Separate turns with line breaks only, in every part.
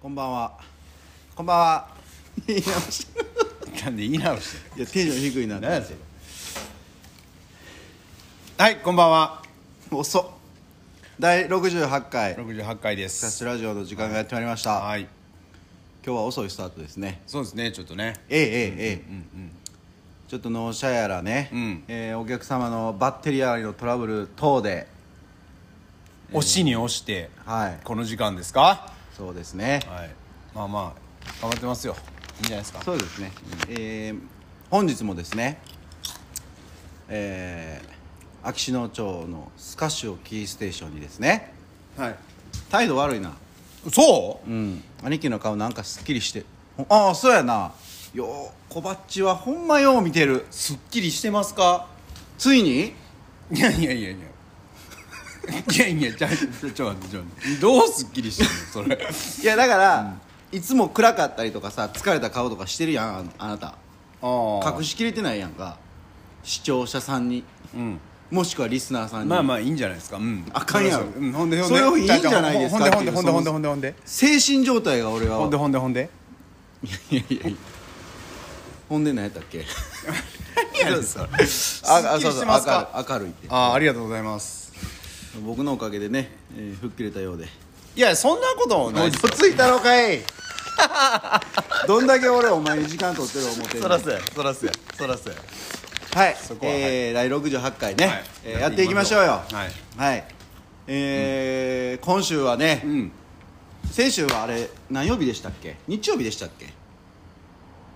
こんばんはこんばんは
言い直しなんで言い直し
いやテンション低いな
て何やそれはいこんばんは
遅っ第68回
68回で
キャス
す
トラジオの時間がやってまいりました、
はい
今日は遅いスタートですね
そうですねちょっとね
ええええええ、ちょっと納車やらね、
うん
えーお客様のバッテリーのトラブル等で
押しに押して
はい
この時間ですか
そうですね
はいまあまあ頑張ってますよいいんじゃないですか
そうですね、えー本日もですねえー、秋篠町のスカシオキーステーションにですね
はい
態度悪いな
そう
うん兄貴の顔なんかすっきりしてほああそうやなよう小バッチはほんまよう見てる
すっきりしてますか
ついに
いやいやいやいやいやいやちょちょちょ待ってちょ待ってどうすっきりしてんのそれ
いやだから、いつも暗かったりとかさ疲れた顔とかしてるやんああなた
あ
隠しきれてないやんか視聴者さんに
あうん
もしくはリスナーさんに、
まあまあいいんじゃないですかうん
あかんやろ
うんほんでほん
そ
で
れをいいんじゃないですか
ほんでほんでほんでほんでほんで
精神状態が俺は
ほんでほんでほんで
いやいやいやほんで何やったっけ
いやそれ
あ
すっきりしてますか
明る明るいって
ああありがとうございます
僕のおかげでね、えー吹っ切れたようで
いやそんなことないですよ
ついたのか いどんだけ俺お前に時間取ってる思ってんの
そうやそらそうやそらそうや
はい
そこは
えー第68回ね、
はい
えーやっていきましょうよ
は
はいえー今週はね、
うん
先週はあれ何曜日でしたっけ日曜日でしたっけ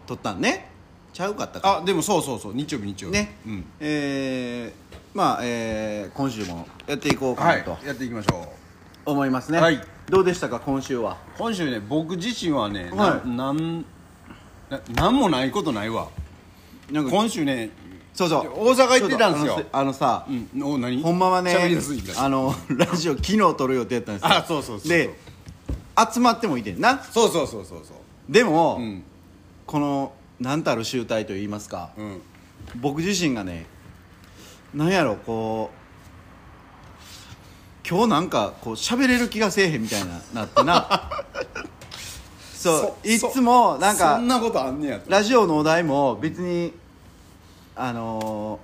撮ったんねちゃうかったか
あでもそうそうそう日曜日日曜日
ね、
うん
えーまあ、えー今週もやっていこうか
は
ないと
やっていきましょう
思いますね、
はい
どうでしたか今週は
今週ね僕自身はね、
は
ないなんななんもないことないわ
なんか
今週ね
そうそう
大阪行ってたんですよ
ちょとあのさあのさ、
うんお何
ほんまはね
喋りやすいから
あの ラジオ昨日撮る予定やったんですよ
あそうそうそうそう
で集まってもいてんな
そうそうそうそうそう
でも、
うん
この何たる集大といいますか、
うん
僕自身がねなんやろこう今日なんかこう喋れる気がせえへんみたいななって なそういつもなん
そ
か
んなことあんねやと
ラジオのお題も別に、あの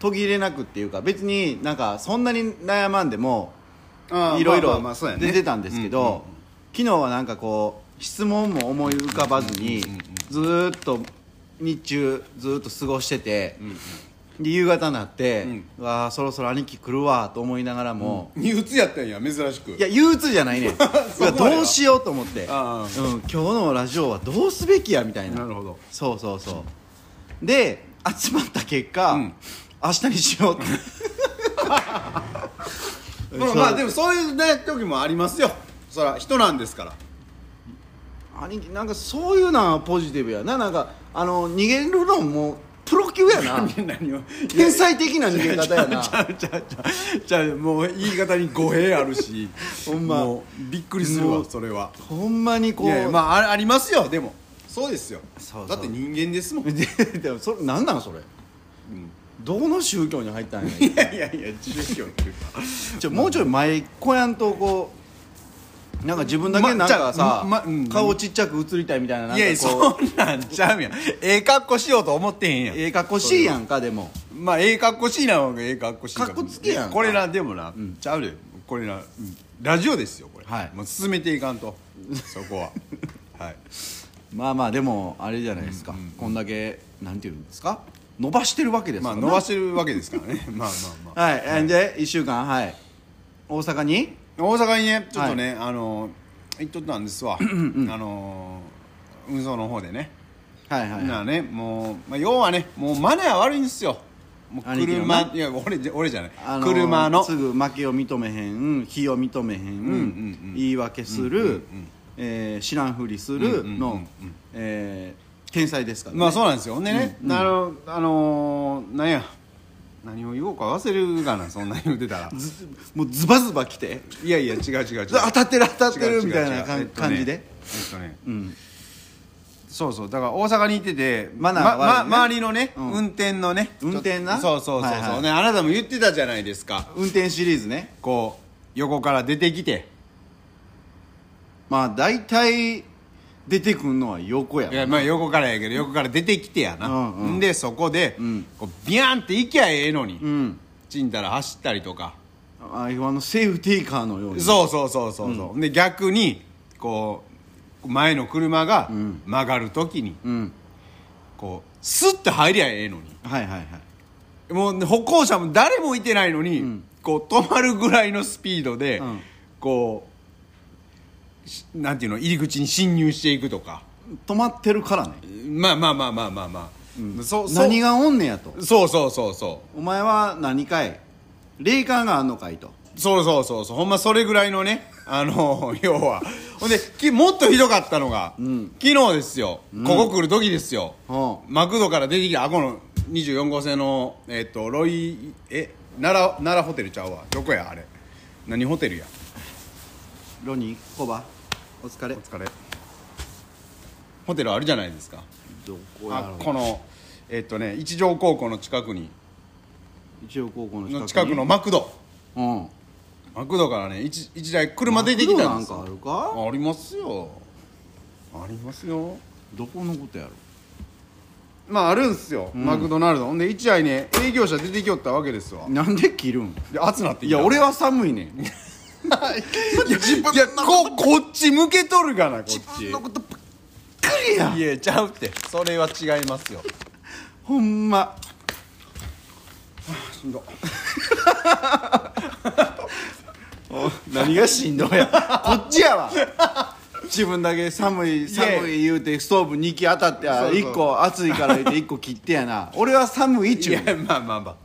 ー途切れなくっていうか別になんかそんなに悩まんでも
ああ
いろい
まあ
ろ
まあまあそうやね
出てたんですけ
うんうんうん
ど昨日はなんかこう質問も思い浮かばずにずーっと日中ずーっと過ごしてて、で夕方になって、うわあそろそろ兄貴来るわと思いながらも、
憂鬱やったんや珍しく
いや憂鬱じゃ ないねんうわどうしようと思って、うん、
ああ
今日のラジオはどうすべきやみたいな
なるほど
そうそうそうで集まった結果、
うん
明日にしようって
まあまあでもそういうね時もありますよそら人なんですから
兄貴なんかそういうのはポジティブやななんかあの逃げるのもプロ級や な
何を
天才的な逃げ方やな
ちゃうちゃうちゃうちゃうもう言い方に語弊あるし
ほんま
もうびっくりする
も
わ
う
それは
ほんまにこ
いうやいやまああありますよでもそうですよ
そうそう
だって人間で すもんい
で でもそれ何なのそれ、どこの宗教に入ったんや
やいやいや宗教っていうか
ちょもうちょい前こやんとこうなんか自分だけなんかさ、
まじゃあまうん
顔ちっちゃく映りたいみたいななんかこう
いやいやそんなんちゃうやんええ格好しようと思ってへんやん
ええかっこしいやんかでも
まあええ格好しいな方がええ格好しいら
格好つけやんか
これなでもな、ちゃうでこれな、うんラジオですよこれ、
はい
もう進めていかんとそこ ははい
まあまあでもあれじゃないですか、こんだけなんていうんですか伸ばしてるわけです
ま
か
あ
ら、
伸ばしてるわけですからね まあまあまあ
はい、えんで1週間はい大阪に
大阪にねちょっとね、あの行っとったんですわあの運送の方でね
はいはい、
な
は
あねもう、まあ、要はねもうマナー悪いんですよもう
兄貴のな
車いや俺じゃ俺じゃない、
いあー
車の
すぐ負けを認めへん非を認めへん、言い訳する、えー知らんふりするの、えー天才ですから、ね、
まあそうなんですよほんでね、あのあのー、なんや何を言おうか忘れるがなそんなん言うてたら
ずもうズバズバ来て
いやいや違う違う違う
当たってる当たっ
違
て
う違う
るみたいな
違う
感
えっとね
感じで
えっとね
うん
そうそうだから大阪に行ってて
マナー悪い
ま
ね
ま周りのね、
うん
運転のね
運転な
ちょっとそうそうそうそう、
はいはい
ねあなたも言ってたじゃないですか
運転シリーズね
こう横から出てきて
まあ大体出てくんのは横や
いやまあ横からやけど横から出てきてやな、
うんうん
でそこで、こうビャンって行きゃええのに、
うん
ちんたら走ったりとか、
ああのセーフティーカーのように
そうそうそうそうそう、で逆にこう前の車が曲がる時に、
うん
こうスッて入りゃええのに
はいはいはい
もう歩行者も誰もいてないのに、こう止まるぐらいのスピードで、
うん
こうしなんていうの入り口に侵入していくとか
止まってるからね
まあまあまあまあまあまあ、そそ
何がおんねやと
そうそうそうそ
お前は何かい霊感があんのかいと
うそうそうそうそうほんまそれぐらいのねあの 要はほんできもっとひどかったのが、昨日ですよ、ここ来る時ですよ、
う
マクドから出てきたあこの24号線のえっ、とロイえ奈良奈良ホテルちゃうわどこやあれ何ホテルや
ロニーコバお疲れ
お疲れホテルあるじゃないですか
どこや
あ
ろう
このえっ、とね一条高校の近くに
一応高校の近く
の
に
近くのマクド
うん
マクドからね一一台車出てきたんですよ
マクドなんかあるか
ありますよありますよ
どこのことやろ
まああるんすよ、マクドナルドほんで一台ね営業者出てきよったわけですわ
なんで着るん
で暑なってきた
いや俺は寒いねん
自分いやここっち向けとるがなこっち
ことばっかりや
いやちゃうってそれは違いますよ
ほんま
しんど
何がしんどい やこっちやわ自分だけ寒い寒い言うてストーブ2基当たってあ
そうそう
1個暑いから言うて1個切ってやな俺は寒いっち
い
ゅ
や
う
まあまあまあ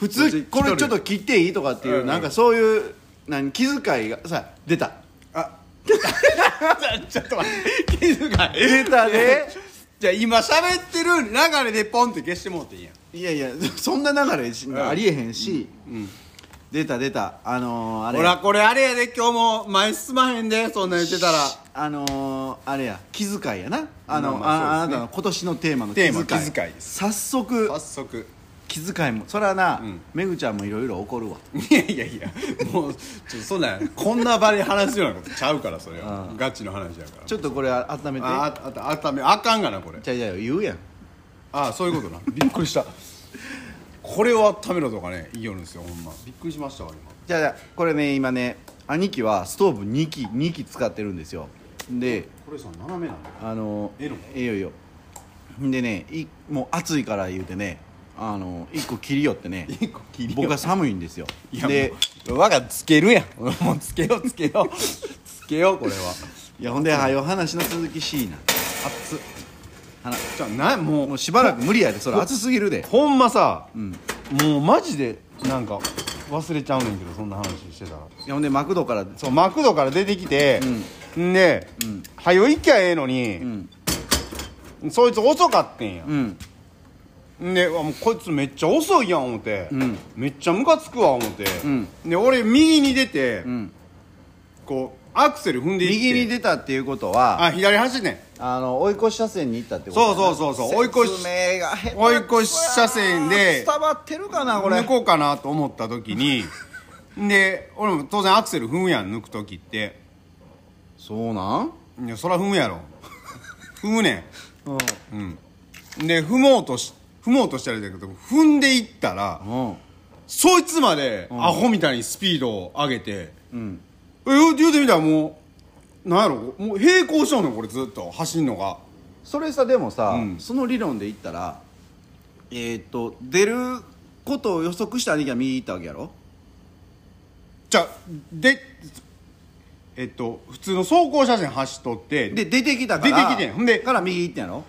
普
こっち
通これちょっと切っていいとかっていう、
うん
なんかそういう何気遣いがさ出た
あ ちょっと待って気遣い
出たで
じゃあ今喋ってる流れでポンって消してもうていいやん
いやい やそんな流れし
ん
ありえへんし、出た出たあのー、あれ
ほらこれあれやで今日も前進まへんでそんなん言ってたら
あのー、あれや気遣いやなあの、
ま
あ
あまあそうですね
あなたの今年のテーマの気
テ
遣
ー
い
マ気遣いです
早速
早速
気遣いもそれはな、
うん
めぐちゃんもいろいろ怒るわ
いやいやいやもうちょっとそんなんこんな場で話すようなことちゃうからそれはガチの話やから
ちょっとこれは温めて
あああああためあかんがなこれ
じゃあじゃあ言うやん
ああそういうことな びっくりしたこれを温めろとかね言いよるんですよほんまびっくりしましたわ今
じゃあじゃあこれね今ね兄貴はストーブ2機2機使ってるんですよで
これさ斜めなの
あの
ええの
ええよいいよでねいもう暑いから言うてねあの1個切りよってね
一個切りよ
僕は寒いんですよ
いや
で
で我がつけるやん もうつけようつけようつけようこれはい
やほんではよ話の続きしいな
熱っ
はな
じゃあなもう
もうしばらく無理やでそれ暑すぎるで
ほんまさ、もうマジでなんか忘れちゃうねんけどそんな話してたら
いやほんでマクドから
そうマクドから出てきて、んで、はよ行きゃええのに、そいつ遅かってんや、
うん
であもうこいつめっちゃ遅いやん思って、
ん
めっちゃムカつくわ思って、
ん
で俺右に出て、
ん
こうアクセル踏んでいって
右に出たっていうことは
あ左走ってん
あの追い越し車線に行ったってこと
そうそうそうそう追い越し
説明が下手
追い越し車線で
伝わってるかなこれ
抜こうかなと思った 時にで俺も当然アクセル踏むやん抜く時って
そうなん
いやそら踏む やろ踏むね
うん
んで踏もうとし踏もうとしたらだけど踏んでいったら
うん
そいつまでアホみたいにスピードを上げて、
うん
え言う言うてみたらもうなんやろもう平行しとんのこれずっと走んのが
それさでもさ、
うん
その理論で言ったらえーっと出ることを予測した兄貴が右行ったわけやろ
じゃあでえっと普通の走行車線走っとって
で出てきたから
出てきてんほんで
から右行ったんやろ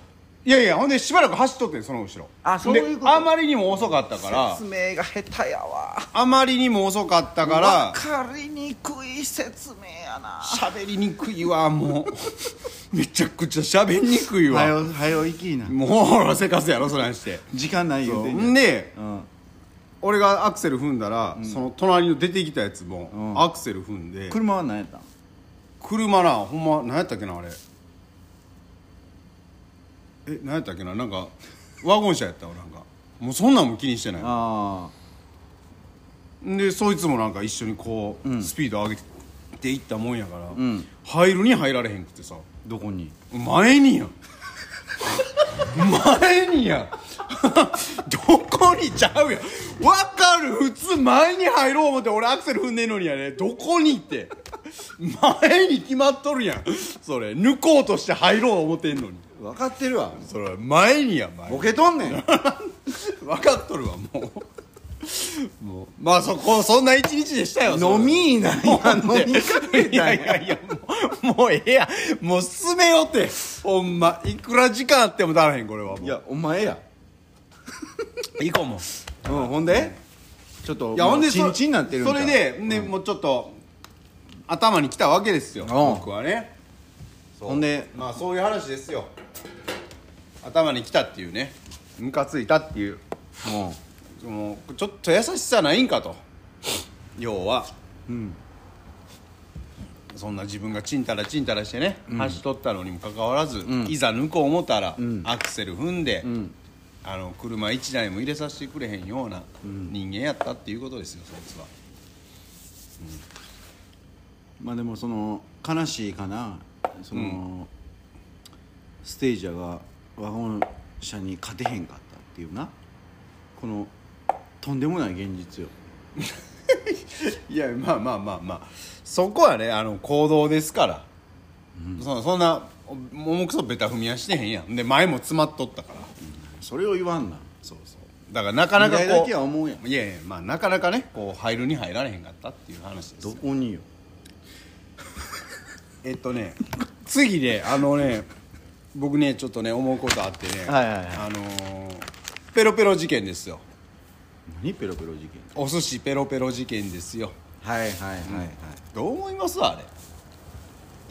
いやいやほんでしばらく走っとってんその後ろ
あそういうこと
であまりにも遅かったから
説明が下手やわ
あまりにも遅かったから
分かりにくい説明やな
喋りにくいわもう めちゃくちゃ喋りにくい
は
わ
よはよ行きいな
もうほらせかすやろそないして
時間ないよ
んで
うん
俺がアクセル踏んだら、その隣の出てきたやつも、
うん
アクセル踏んで
車は何やったん
車なほんま何やったっけなあれえ何やったっけななんかワゴン車やったわなんかもうそんなんも気にしてない
ああ
でそいつもなんか一緒にこう、スピード上げていったもんやから、
ん
入るに入られへんくてさ
どこに
前にやん 前にやん どこにちゃうやんわかる普通前に入ろう思って俺アクセル踏んでんのにやねどこにって前に決まっとるやんそれ抜こうとして入ろう思ってんのに
分かってるわ
それ前にやん前に
ボケとんね ん
分かっとるわもうもうまあそこそんな一日でしたよ
飲みいな今飲みかけ
いや
たんや
いやいやもうもうええやもう進めよってほんまいくら時間あっても足らへんこれはもう
いやお前や
行こうもう
うんほんでちょっと
いやほんで
チンチンなってるん
そ
か
れで、ねもうちょっと頭に来たわけですよ
ん
僕はね
ほんで
まあそういう話ですよ頭に来たっていうねムカついたっていう
うん
そのちょっと優しさないんかと要はそんな自分がちんたらちんたらしてね、走っとったのにもかかわらず、いざ抜こう思ったら、アクセル踏んで、あの車1台も入れさせてくれへんような人間やったっていうことですよそいつは
まあでもその悲しいかなその、ステージャーがワゴン車に勝てへんかったっていうなこのとんでもない現実よ
いやまあまあまあまあそこはねあの行動ですから、そそんな重くそベタ踏みはしてへんやんで前も詰まっとったから
それを言わんなそう
そうだからなかなかこう
未来だけは思うやん
いやいやまあなかなかねこう入るに入られへんかったっていう話です
ど
よ
こによ
えっとね次であのね僕ねちょっとね思うことあってね
はいはいはい
あのーペロペロ事件ですよ
何ペロペロ事件
お寿司ペロペロ事件ですよ
はいはいはいはい、い
どう思いますあれ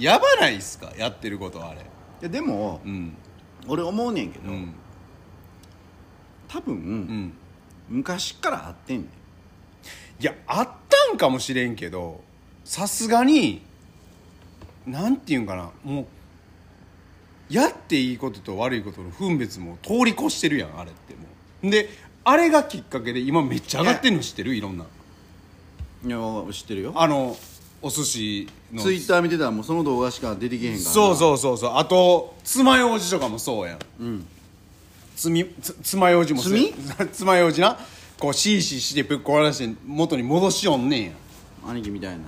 やばないっすかやってることあれ
やでも、
うん
俺思うねんけど、
うん
多分、
うん
昔からあってんねん
いやあったんかもしれんけどさすがになんていうんかなもうやっていいことと悪いことの分別も通り越してるやんあれってもうであれがきっかけで今めっちゃ上がってんの知ってるいろんない
や知ってるよ
あのお寿司の
ツイッター見てたらもうその動画しか出てけへんからな
そうそうそうそうあと爪楊枝とかもそうやんつみつ爪楊枝もそうやん 爪楊枝なこうシーシーしてぶっ壊らして元に戻しよんねんやん
兄貴みたいな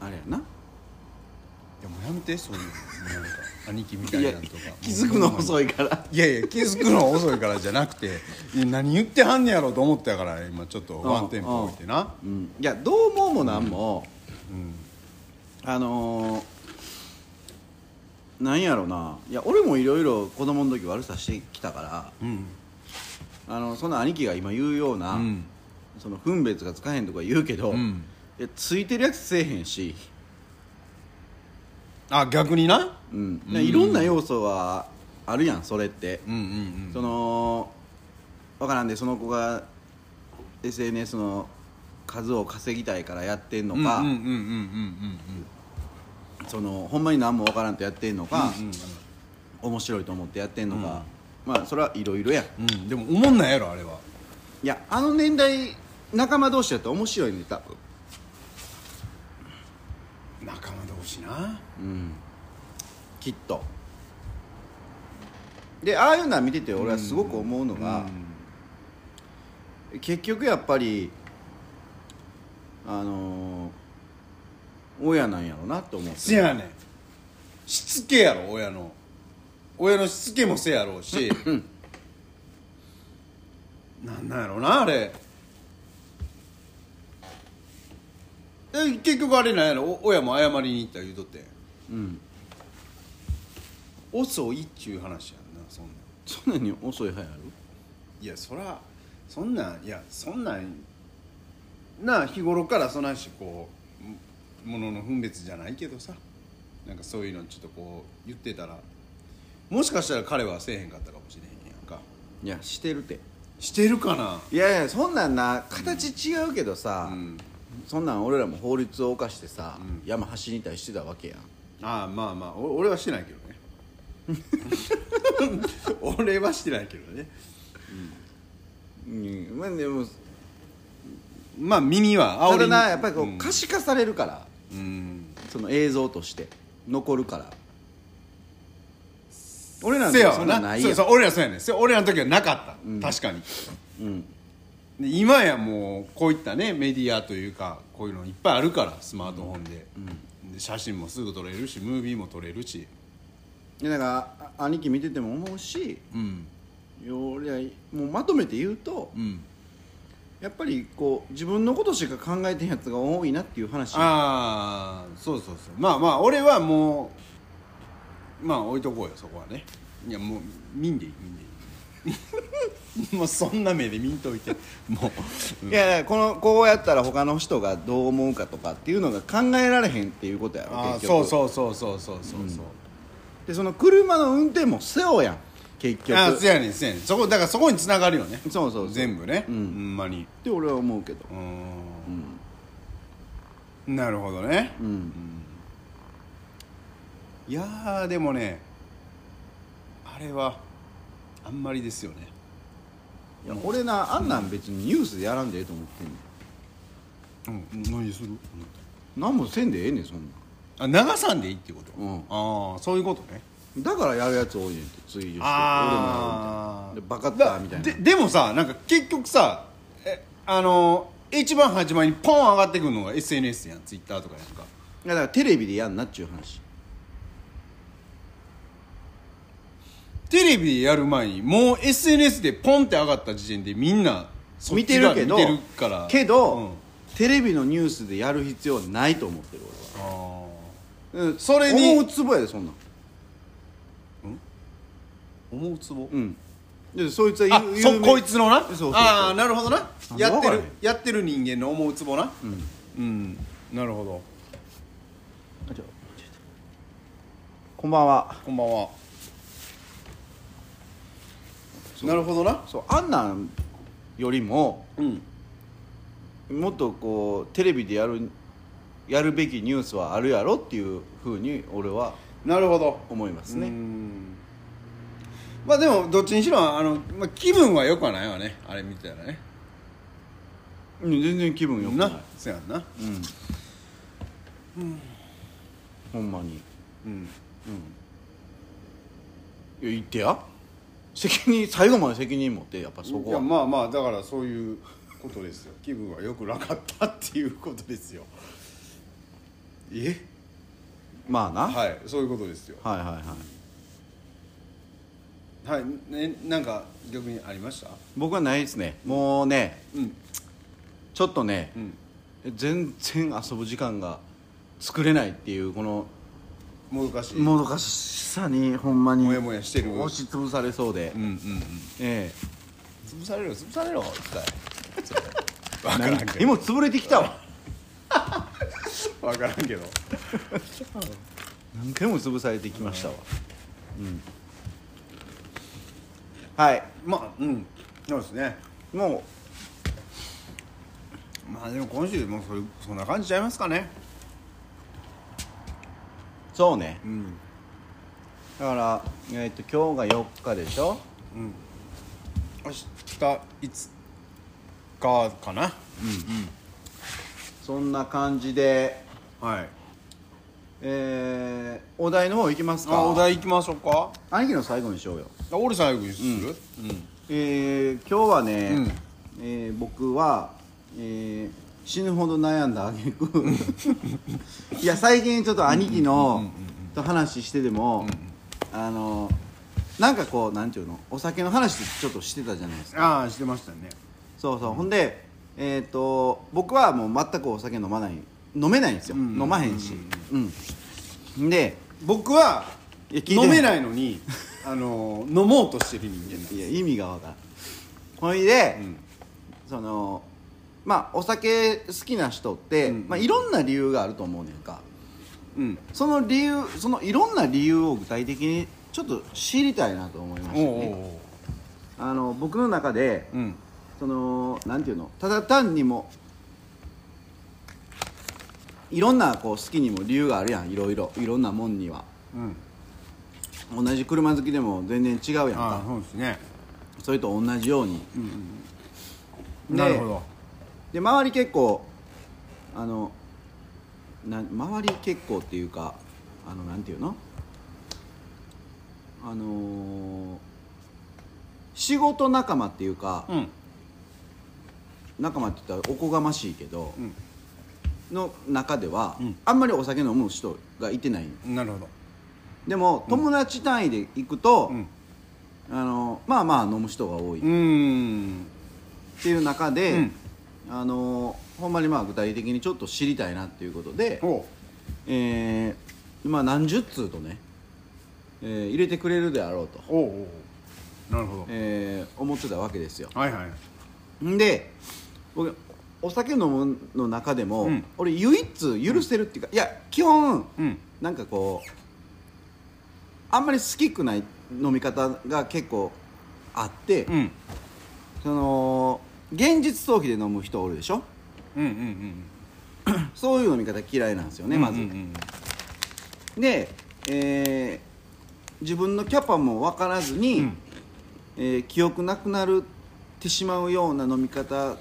あれやない
やもうやめてそういうのなんか兄貴みたいなのとか
気づくの遅いから
いやいや気づくの遅いからじゃなくていや何言ってはんねやろうと思ったから今ちょっとワンテンポ置いてな
うん、いやどう思うもなんも、あのー、なんやろないや俺もいろいろ子供の時悪さしてきたから、
ん
あのそんな兄貴が今言うような、
ん
その分別がつかへんとか言うけど、
ん
いやついてるやつせえへんし、
あ逆にな
うん、だからいろんな要素があるやんそれって、
うんうん
そのわからんでその子が SNS の数を稼ぎたいからやってんの
うんうんうん
か、
うんうんうん
そのほんまに何もわからんとやってんのか、面白いと思ってやってんのか、まあそれはいろいろや
うんうんでも思んないやろあれはい
やあの年代仲間同士だと面白いね多分
仲間同士な
きっとでああいうのは見てて俺はすごく思うのが、結局やっぱりあのー親なんやろなと思う
せやねんしつけやろ親の親のしつけもせやろうしなんなんやろうなあれえ結局あれなんやろお親も謝りに行った言うとって
うん
遅いっちゅう話やんなそんなん
そんなに遅いはやる
いやそらそんなんいやそんなんなあ日頃からそないしこうもものの分別じゃないけどさなんかそういうのちょっとこう言ってたらもしかしたら彼はせえへんかったかもしれへんやんか
いやしてるて
してるかない
やいやそんなんな形違うけどさ、
うん
そんなん俺らも法律を犯してさ、
うん
山走りたりしてたわけやん
ああまあまあお俺はしてないけどね 俺はしてないけどね
うんまあでも
まあ耳は
た
煽り
だ
に
なやっぱりこう、
ん
可視化されるから
うん
その映像として残るから俺らの
せ
時
や
は
わ
そんなんな
ないそ
や
うんそう俺らそうやねんせ俺らの時はなかった、確かに、で今やもうこういったねメディアというかこういうのいっぱいあるからスマートフォンで,、で写真もすぐ撮れるしムービーも撮れるし
でだからあ兄貴見てても思うし
うん
俺はもうまとめて言うと
うん
やっぱりこう自分のことしか考えてんやつが多いなっていう話
ああそうそうそうまあまあ俺はもうまあ置いとこうよそこはねいやもう見んでいい見んでいい もうそんな目で見んといてもう、うん
いやだからこのこうやったら他の人がどう思うかとかっていうのが考えられへんっていうことやろ
ああ
結
そ
局
うそうそうそうそうそうそう、
でその車の運転もせよやん結局
ああそうやねんそうやねんそこだからそこにつながるよね
そうそうそう
全部ね、
うん
ほんまに
って俺は思うけど
うーんなるほどね
うん
いやーでもねあれはあんまりですよね
いや俺なあんなん別にニュースでやらんでええと思ってんね
うん何する
ん何もせんでええねんそんなん
あ長さんでいいってこと、
うん
ああそういうことね
だからやるやつ多いねんって追従して俺もや
あ
るみたいな
あ
でバカッターみたいな
ででもさなんか結局さえあの一番始まりにポン上がってくるのが SNS やんツイッターとかやんか
いやだからテレビでやんなっちゅう話
テレビでやる前にもう SNS でポンって上がった時点でみんなそっ
見て
ちが
るけど
見てるから
けど、
うん
テレビのニュースでやる必要はないと思ってる俺
あ
は、うん、
それに
思うツボやでそんなん
ー思うつぼ、
うんでそいつは
あ
言う
そ
有名
こいつのな
そうそうそう
ああなるほどな
なんで
や
わ
って
からへ
る
ん
やってる人間の思うつぼな
うん
うん、なるほど
あちょこんばんは
こんばんは
そう
なるほどな
そうあんなんよりも
うん
もっとこうテレビでやるやるべきニュースはあるやろっていうふうに俺は
なるほど
思います
う
ね
んまあでもどっちにしろあの、まあ、気分は良くはないわねあれ見てたらね
うん全然気分よくない
なそうやんな
うん、ほんまに
うん
いや言ってや責任最後まで責任持ってやっぱそこ
いや
は
まあまあだからそういうことですよ気分は良くなかったっていうことですよえ
まあな、はい、
はいそういうことですよ
はいはい
はいねなんか逆にありました
僕はないですねもうね
うん
ちょっとね
う、ん
全然遊ぶ時間が作れないっていうこの
もどかしい
もどかしさにほんまに
もやもやしてる
押し潰されそうで、
うんうんうん
え
潰されろ潰されろ一回
え
分からん
何
け
回
ど
も潰れてきたわ
分からんけど
何回も潰されてきましたわうんはい
まあうんそうですね
も
まあでも今週もうそれそんな感じちゃいますかね
うそうね
うん
だから、えっと今日が4日でしょ
明日いつかかな
そんな感じで
はい
えー、お題の方行きますか
あお題行きましょうか
兄貴の最後にしようよ
あ俺最後にするうん
えー、今日はね、
うん
えー僕は、えー死ぬほど悩んだあげく いや最近ちょっと兄貴のと話してでも、あのなんかこうなんていうのお酒の話ちょっとしてたじゃないですか
ああしてましたね
そうそうほんでえっ、と僕はもう全くお酒飲まない飲めないんですよ、
ん
飲まへんしうん、で
僕はい
や聞いてない
飲めないの にあの飲もうとしてる人間なんです
いや意味がわからんほいで、
ん
そのまあお酒好きな人って、
うん
まあ、いろんな理由があると思うねんか
うん
その理由そのいろんな理由を具体的にちょっと知りたいなと思いました
おうお
ねあの僕の中で
うおううん
そのなんていうのただ単にもいろんなこう好きにも理由があるやんいろいろいろんなもんには
う
同
ん
じ車好きでも全然違うやん
ああ
か
そうですね
それと同じようにで
なるほど
で周り結構あのな周り結構っていうかあのなんていうのあのー仕事仲間っていうか、
うん
仲間って言ったらおこがましいけど、
ん
の中では、
うん
あんまりお酒飲む人がいてない
なるほど
でも友達単位で行くと、
うん
あのまあまあ飲む人が多いっ
うーん
ていう中で、
うん
あのほんまにまあ具体的にちょっと知りたいなっていうことで、
おう
えーまあ、何十通とね、えー入れてくれるであろうと、
おうおうおうなるほど
えー思ってたわけですよ
はいはい
んで僕お酒飲むの中でも、
うん
俺唯一許せるっていうか、いや基本
うん
なんかこうあんまり好きくない飲み方が結構あって、
うん
その現実逃避で飲む人おるでしょ
うんうんうん
そういう飲み方嫌いなんですよね、まず、
うんうん
で、えー自分のキャパも分からずに、
うん
えー記憶なくなるってしまうような飲み方っ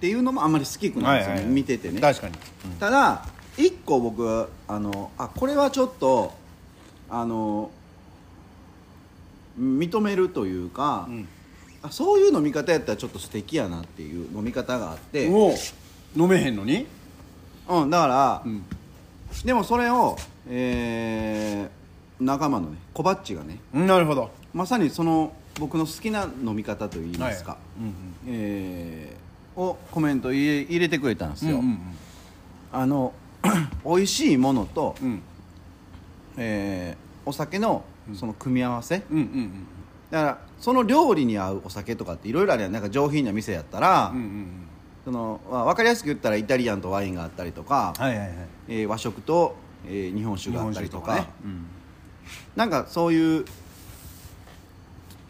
ていうのもあんまり好き
う
く
ん
ないんで
はい
すよ
は
ね、
い
見ててね
確かに
ただ一個僕あのあこれはちょっとあの認めるというか、
うん
あそういう飲み方やったらちょっと素敵やなっていう飲み方があって、う
おう飲めへんのに
ん、だから、
ん
でもそれを、えー仲間のねコバッチがね
なるほど
まさにその僕の好きな飲み方といいますか、
はいうん
えーをコメント入れ入れてくれたんです
うん
よ、
うん
あの 美味しいものと、
うん
えーお酒のその組み合わせ、
うんうん
だからその料理に合うお酒とかっていろいろあるやんなんか上品な店やったら、
うんうんうん
そのまあ、分かりやすく言ったらイタリアンとワインがあったりとか、
はいはいはい
えー和食と、えー日本酒
日
があっ
本
たり
酒
と
と
か
かねうん
なんかそういう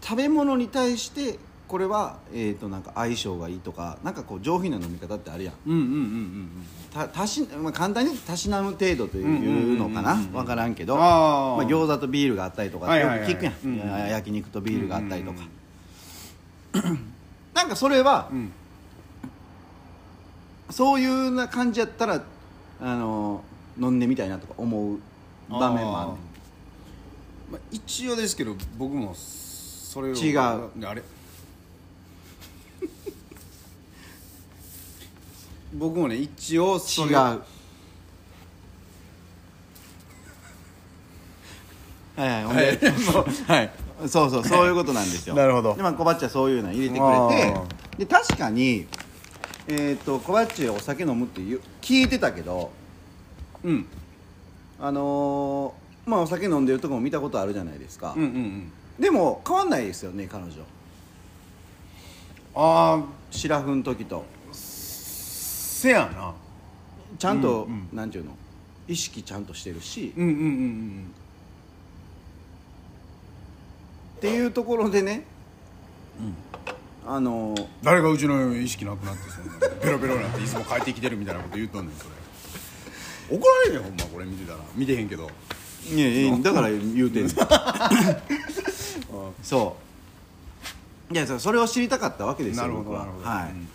食べ物に対してこれは、えー、となんか相性がいいとかなんかこう上品な飲み方ってあるやん
うんうんうん
たたし、まあ、簡単に言うとたしなむ程度とい
んうんうんうん
うのかな分からんけど
あー
まあ、餃子とビールがあったりとか
はい
よく
はいはい
聞くやん、
うんうん
や焼肉とビールがあったりとか、
うんうん
なんかそれは
うんうん
そういうな感じやったらあの飲んでみたいなとか思う場面もあるねん
まあ、一応ですけど僕もそれを
違う
あれ僕もね一応 それを
違うはいはいほんで、
はいもうはい
そうそうそういうことなんですよ
なるほど
でまあコバッチはそういうの入れて
あ
くれてで確かにえっ、とコバッチお酒飲むっていう聞いてたけど
うん
あのーまあお酒飲んでるとこも見たことあるじゃないですか、
うんうんうん
でも変わんないですよね彼女
ああ
白フの時と
せやな
ちゃんと、
うん
なんていうの意識ちゃんとしてるし、
うんうんうんうん
っていうところでね、あのー
誰がうちの意識なくなってそんなベロベロになっていつも帰ってきてるみたいなこと言っとんねんそれ怒られるよほんまこれ見てたら見てへんけど
いやいやだから言うてん ねんそういやそそれを知りたかったわけですよ
なるほ
僕
どな
は
るほど、
はい
うん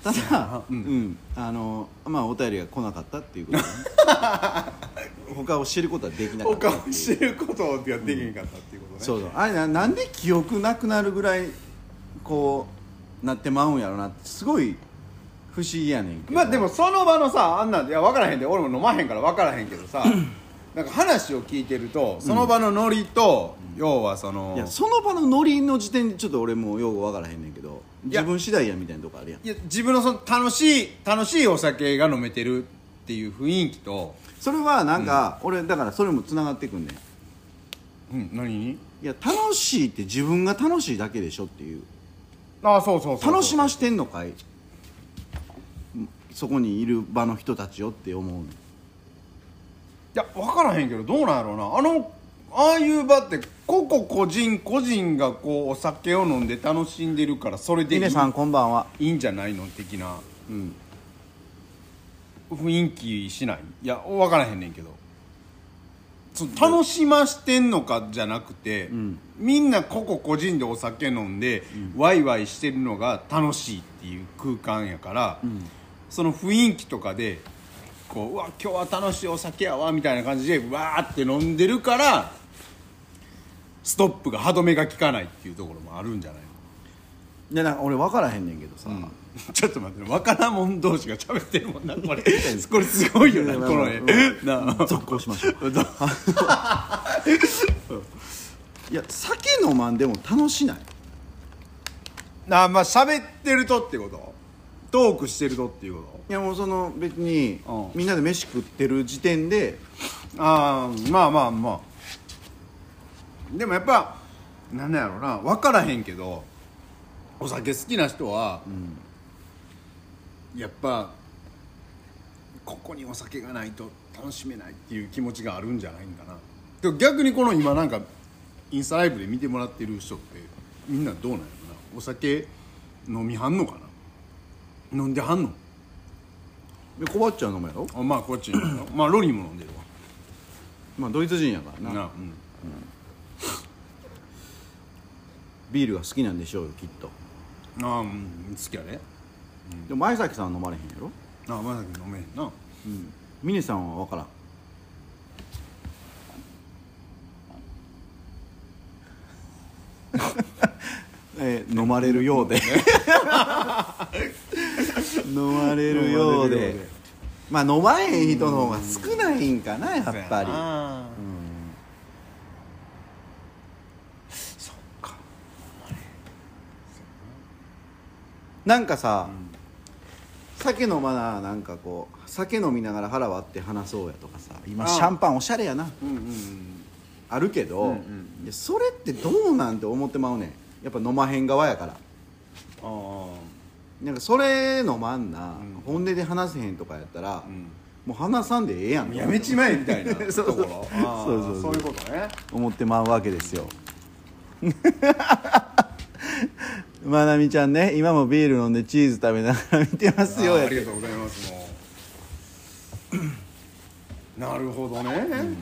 ただ、う
うんん
あのまあお便りが来なかったっていう こと、ね、他を知ることはできなかった
他
っ
を
ていう
知ることができへんかったっていうことね、
そうそうあれななんで記憶なくなるぐらいこうなってまうんやろなってすごい不思議やねんけど
まあでもその場のさあんなんいや分からへんで俺も飲まへんから分からへんけどさなんか話を聞いてるとその場のノリと、要はその
いやその場のノリの時点でちょっと俺もうようわからへんねんけど
いや
自分次第やみたいなとこあるやん
いや自分のその楽しい楽しいお酒が飲めてるっていう雰囲気と、
それはなんか、俺だからそれもつながってくんねん
うん、何に
いや楽しいって自分が楽しいだけでしょっていう
ああそうそうそうそう
楽しましてんのかいそこにいる場の人たちよって思うねん
いや分からへんけどどうなんやろうなあのああいう場って個々個人個人がこうお酒を飲んで楽しんでるからそれでいい
峰さんこんばんはい
いんじゃないの的な
うん
雰囲気しないいや分からへんねんけどその楽しましてんのかじゃなくて、
ん
みんな個々個人でお酒飲んで、ワイワイしてるのが楽しいっていう空間やから、その雰囲気とかでこううわ今日は楽しいお酒やわみたいな感じでわーって飲んでるからストップが歯止めが効かないっていうところもあるんじゃないの
でなんか俺分からへんねんけどさ、
ちょっと待ってね若者者同士が喋ってるもんなこれこれすごいよなこの絵なあ
続行しましょう いや酒飲まんでも楽しない
なあまあ喋ってるとってことトークしてるとっていうこ
いやもうその別に
うん
みんなで飯食ってる時点で
とああまあまあまあでもやっぱなんなんやろうな分からへんけどお酒好きな人は、やっぱここにお酒がないと楽しめないっていう気持ちがあるんじゃないんかなでも逆にこの今なんかインスタライブで見てもらってる人ってみんなどうなんやろなお酒飲みはんのかな飲んではんの
で小バっちゃん飲むやろ
あまあこっちにまあロリーも飲んでる
まあドイツ人やから
わ
な
な、うん、
ビールが好きなんでしょうよきっと
ああ、うん、好きやね
でも前崎さんは飲まれへんやろ
ああまだ飲めへんな
峰さんは 分からんえー飲まれるようで 飲まれるよう
飲ま
で
れるようで
まあ飲まへん人の方が少ないんかなやっぱり
り
なんかさ、酒飲まななんかこう酒飲みながら腹割って話そうやとかさ今
あ
シャンパンおしゃれやな
うんうんうん
あるけど、
うんうん
でそれってどうなんて思ってまうねんやっぱ飲まへん側やから
ああ
なんかそれ飲まんな、
うん
本音で話せへんとかやったら、
うん
もう話さんでええやん
やめちまえみたいな
そうそう
ところああ
そうそうそう
そういうことね
思ってまうわけですよ まなみちゃんね今もビール飲んでチーズ食べながら見てますよ
ああ
やっ
あり
て
がとうございますもう なるほどね、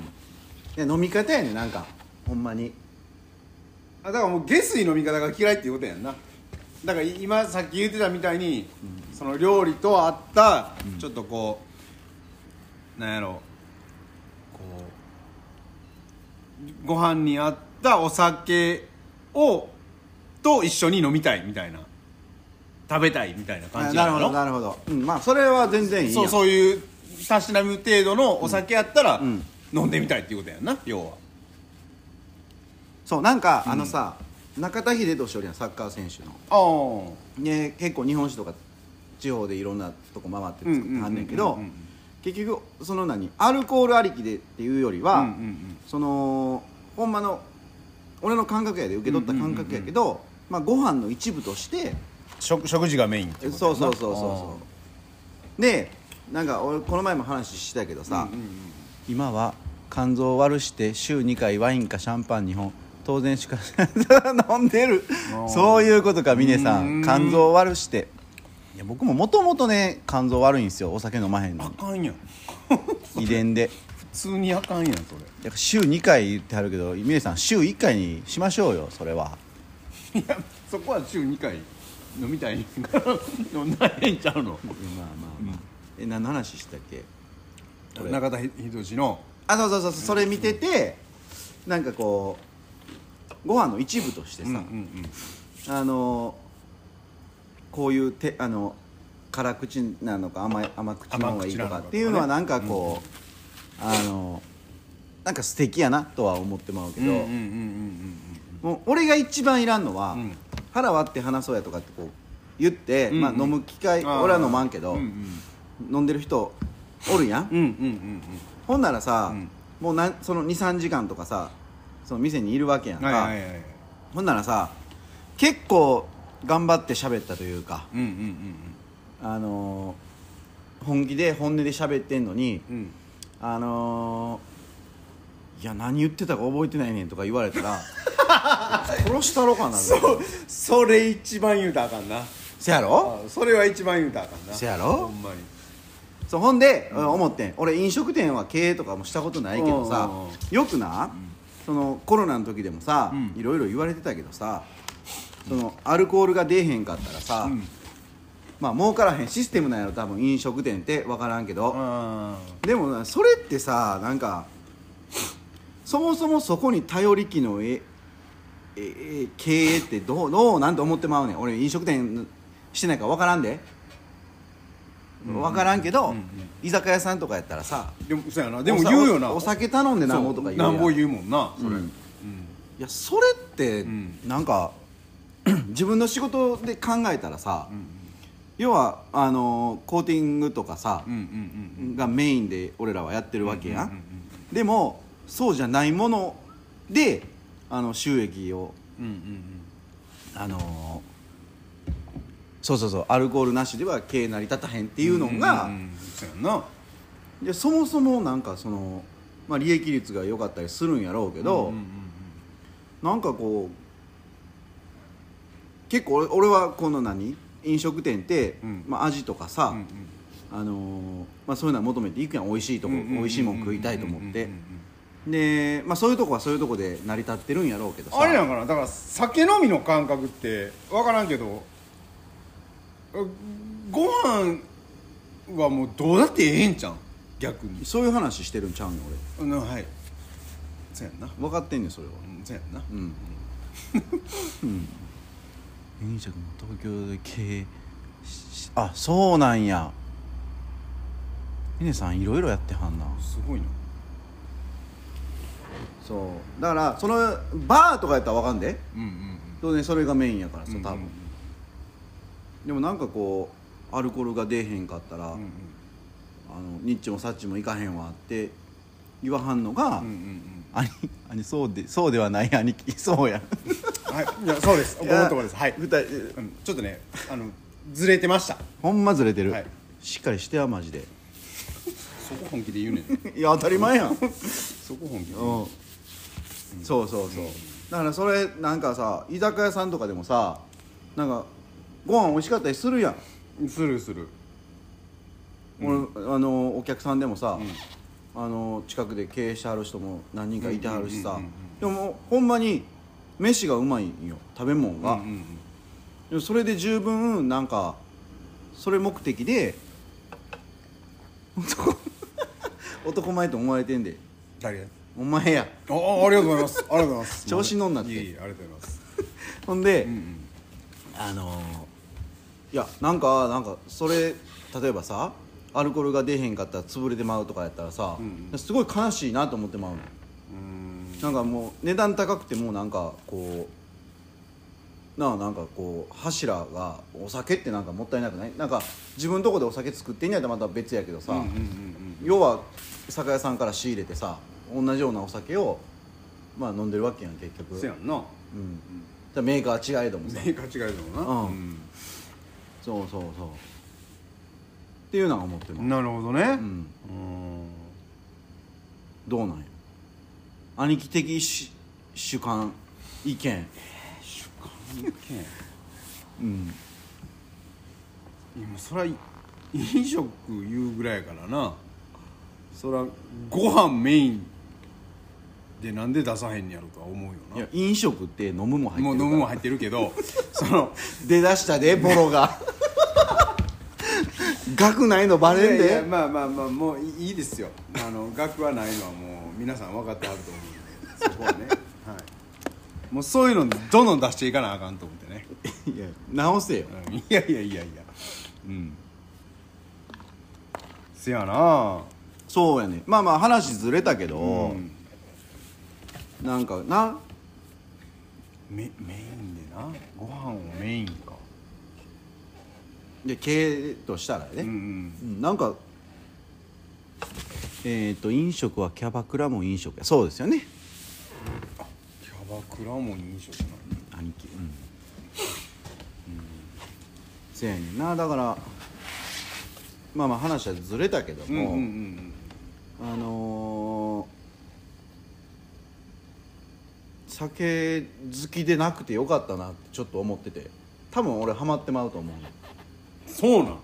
いや飲み方やねんなんかほんまに
あだからもう下水飲み方が嫌いっていうことやんなだから今さっき言ってたみたいに、その料理と合ったちょっとこう、なんやろこうご飯に合ったお酒をと一緒に飲みたいみたいな食べたいみたいな感
あ
じ
な
や
るほどなるほど、うん、まあそれは全然いいや
そ
ん
うそういうたしなむ程度のお酒やったら、
ん
飲んでみたいっていうことやんな要は
そうなんか、あのさ中田秀俊おりやんサッカー選手の
ああ
ね、結構日本酒とか地方でいろんなとこ回って作ってはんねんけ
うん
ど
うんうんうんうん
結局その何アルコールありきでっていうよりは、
うんうんうん
そのほんまの俺の感覚やで受け取った感覚やけど、まあ、ご飯の一部として
食食事がメインって
そう
こ
そうん
とやな
そうそうそうでなんか俺この前も話したけどさ、今は肝臓を悪して週2回ワインかシャンパン2本当然しか 飲んでる
ー
そういうことか峰さ
うんん
肝臓を悪していや僕ももともとね肝臓悪いんですよお酒飲まへん
あ
の
かんやん
に遺伝で
普通にあかんやんそれ
だから週2回言ってはるけど峰さん週1回にしましょうよそれはい
やそこは週2回飲みたい から飲んだらええんちゃうの
まあまあまあ、え何の話したっけ俺
中田秀の
あそうそうそうそれ見ててなんかこうご飯の一部としてさ、
うんうん
あのこういうてあの辛口なのか甘い甘口の方がいいとかっていうのはな
甘
んかこう、あのなんか素敵やなとは思ってまうけ
うん
ど、
うんうんうんうん
もう俺が一番いらんのは、
うん
腹割って話そうやとかってこう言って、
うん
まあ、飲む機会
あー
俺は飲まんけど、
うん
飲んでる人おるやん、
うんうんうんうん
ほんならさ、
うん
もうなんその23時間とかさその店にいるわけやん
うん
か、
はいはいはい
ほんならさ結構頑張って喋ったというか、
うんうん
あのー本気で本音で喋ってんのに、
うんうん
あのーいや何言ってたか覚えてないねんとか言われた ら殺したろかな
そうそれ一番言うたらあかんな
せやろ
あそれは一番言うたらあかんな
せやろ
ほんまに
そうほんで、俺思ってん俺飲食店は経営とかもしたことないけどさ
うんうんうん
よくな、そのコロナの時でもさ、
うん
いろいろ言われてたけどさそのアルコールが出えへんかったらさ、
うん
まあ儲からへんシステムなんやろ多分飲食店って分からんけど、
うん
でもなそれってさなんかそもそもそこに頼りきのえええ経営ってどうどうなんて思ってまうねん俺飲食店してないから分からんで分からんけど、居酒屋さんとかやったらさ
でもそうやなでも言うよな
おお酒頼んでなんぼとか言うや
そ
ん
なんぼ言うもんなそ
う
れ、
んいやそれって
ん
なんか、 自分の仕事で考えたらさ、要はあのーコーティングとかさ、
うんうんうん
がメインで俺らはやってるわけやん,、でもそうじゃないものであの収益を
うんうんうん
あのーそうそうそうアルコールなしでは経営成り立たへんっていうのが、
うんうんうんそうやな
でそもそもなんかその、まあ、利益率が良かったりするんやろうけど、
うんうんうん
なんかこう結構俺俺はこの何飲食店って、
うん
まあ、味とかさ、
うんうん
あのーまあ、そういうのは求めていくやん美味しいとこ
うんうんうんうん
美味しいもん食いたいと思っ
う
て
んうん
で、まあ、そういうとこはそういうとこで成り立ってるんやろうけどさ
あれなんかなだから酒飲みの感覚って分からんけどうご飯はもうどうだってええんちゃん逆に
そういう話してるんちゃうの俺
うんはいそうやんな
分かってんねんそれは
うん そうやんな
うん、うん、飲食も東京で経営しあそうなんやねねさんいろいろやってはんな
すごいな
そうだからそのバーとかやったらわかんで
うんうん
当然それがメインやからさ
う
多
ん
分、でもなんかこうアルコールが出えへんかったら、
うんうん
あのニッチもサッチもいかへんわって言わはんのが、
うんうんうん
兄兄そうでそうではない兄貴そうや
はいいやそうですごもっともですはい
二人
うんちょっとねあのずれてました
ほんまずれてる、
はい
しっかりしてやマジで
そこ本気で言うねん
いや当たり前やんうん
そこ本気で言う
そうそうそうだからそれなんかさ居酒屋さんとかでもさなんかご飯美味しかったりするやん
するする
俺あのお客さんでもさ、あの近くで経営してはる人も何人かいてはるしさでもほんまに飯がうまいんよ食べ物が、
うんうんうん
でもそれで十分なんかそれ目的で男 男前と思われてんで
誰あ
お前や
あありがとうございますありがとうございま す
調子乗んなって
いえいえありがとうございます
ほんで、
うんうん
あのーいやなんかなんかそれ例えばさアルコールが出へんかったら潰れてまうとかやったらさ、
うん
すごい悲しいなと思ってまうの
う
なんかもう値段高くてもなんかこうなあなんかこう柱がお酒ってなんかもったいなくないなんか自分とこでお酒作ってんやったらまた別やけどさ、
んうんうん
要は酒屋さんから仕入れてさ同じようなお酒をまあ飲んでるわけやん結
う
局
んせやんな
うん、じゃあメーカーは違えどもさ
メーカー違いだも
うんそうそうそうっていうのは思って
な
ます
なるほどね
うん
うん
どうなんや兄貴的し主観意見
主観権
うん
今そら飲食言うぐらいやからなそらご飯メインでなんで出さへんやろとは思うよ
いや
な
飲食って飲むも入ってる
もう飲
から
むも入ってる けどその
出だしたでボロ が額ないのバレんで
いやいやまあまあまあもういいですよあの額はないのはもう皆さん分かってはると思うんでそこはね、はい、もうそういうのどんどん出していかなあかんと思ってね、
いや直せよ
うんいやいやいやいやうんせやな
そうやねまあまあ話ずれたけど、
うん
なんかな
メメインでなご飯をメインか
で経営としたらね、
うん
うんなんかえっ、と飲食はキャバクラも飲食やそうですよね
キャバクラも飲食なんだ
兄貴うん、うん、せやねんなだからまあまあ話はずれたけど
うんうん
も、
うんうん
あのー酒好きでなくてよかったなってちょっと思ってて多分俺ハマってまうと思うの
そうなん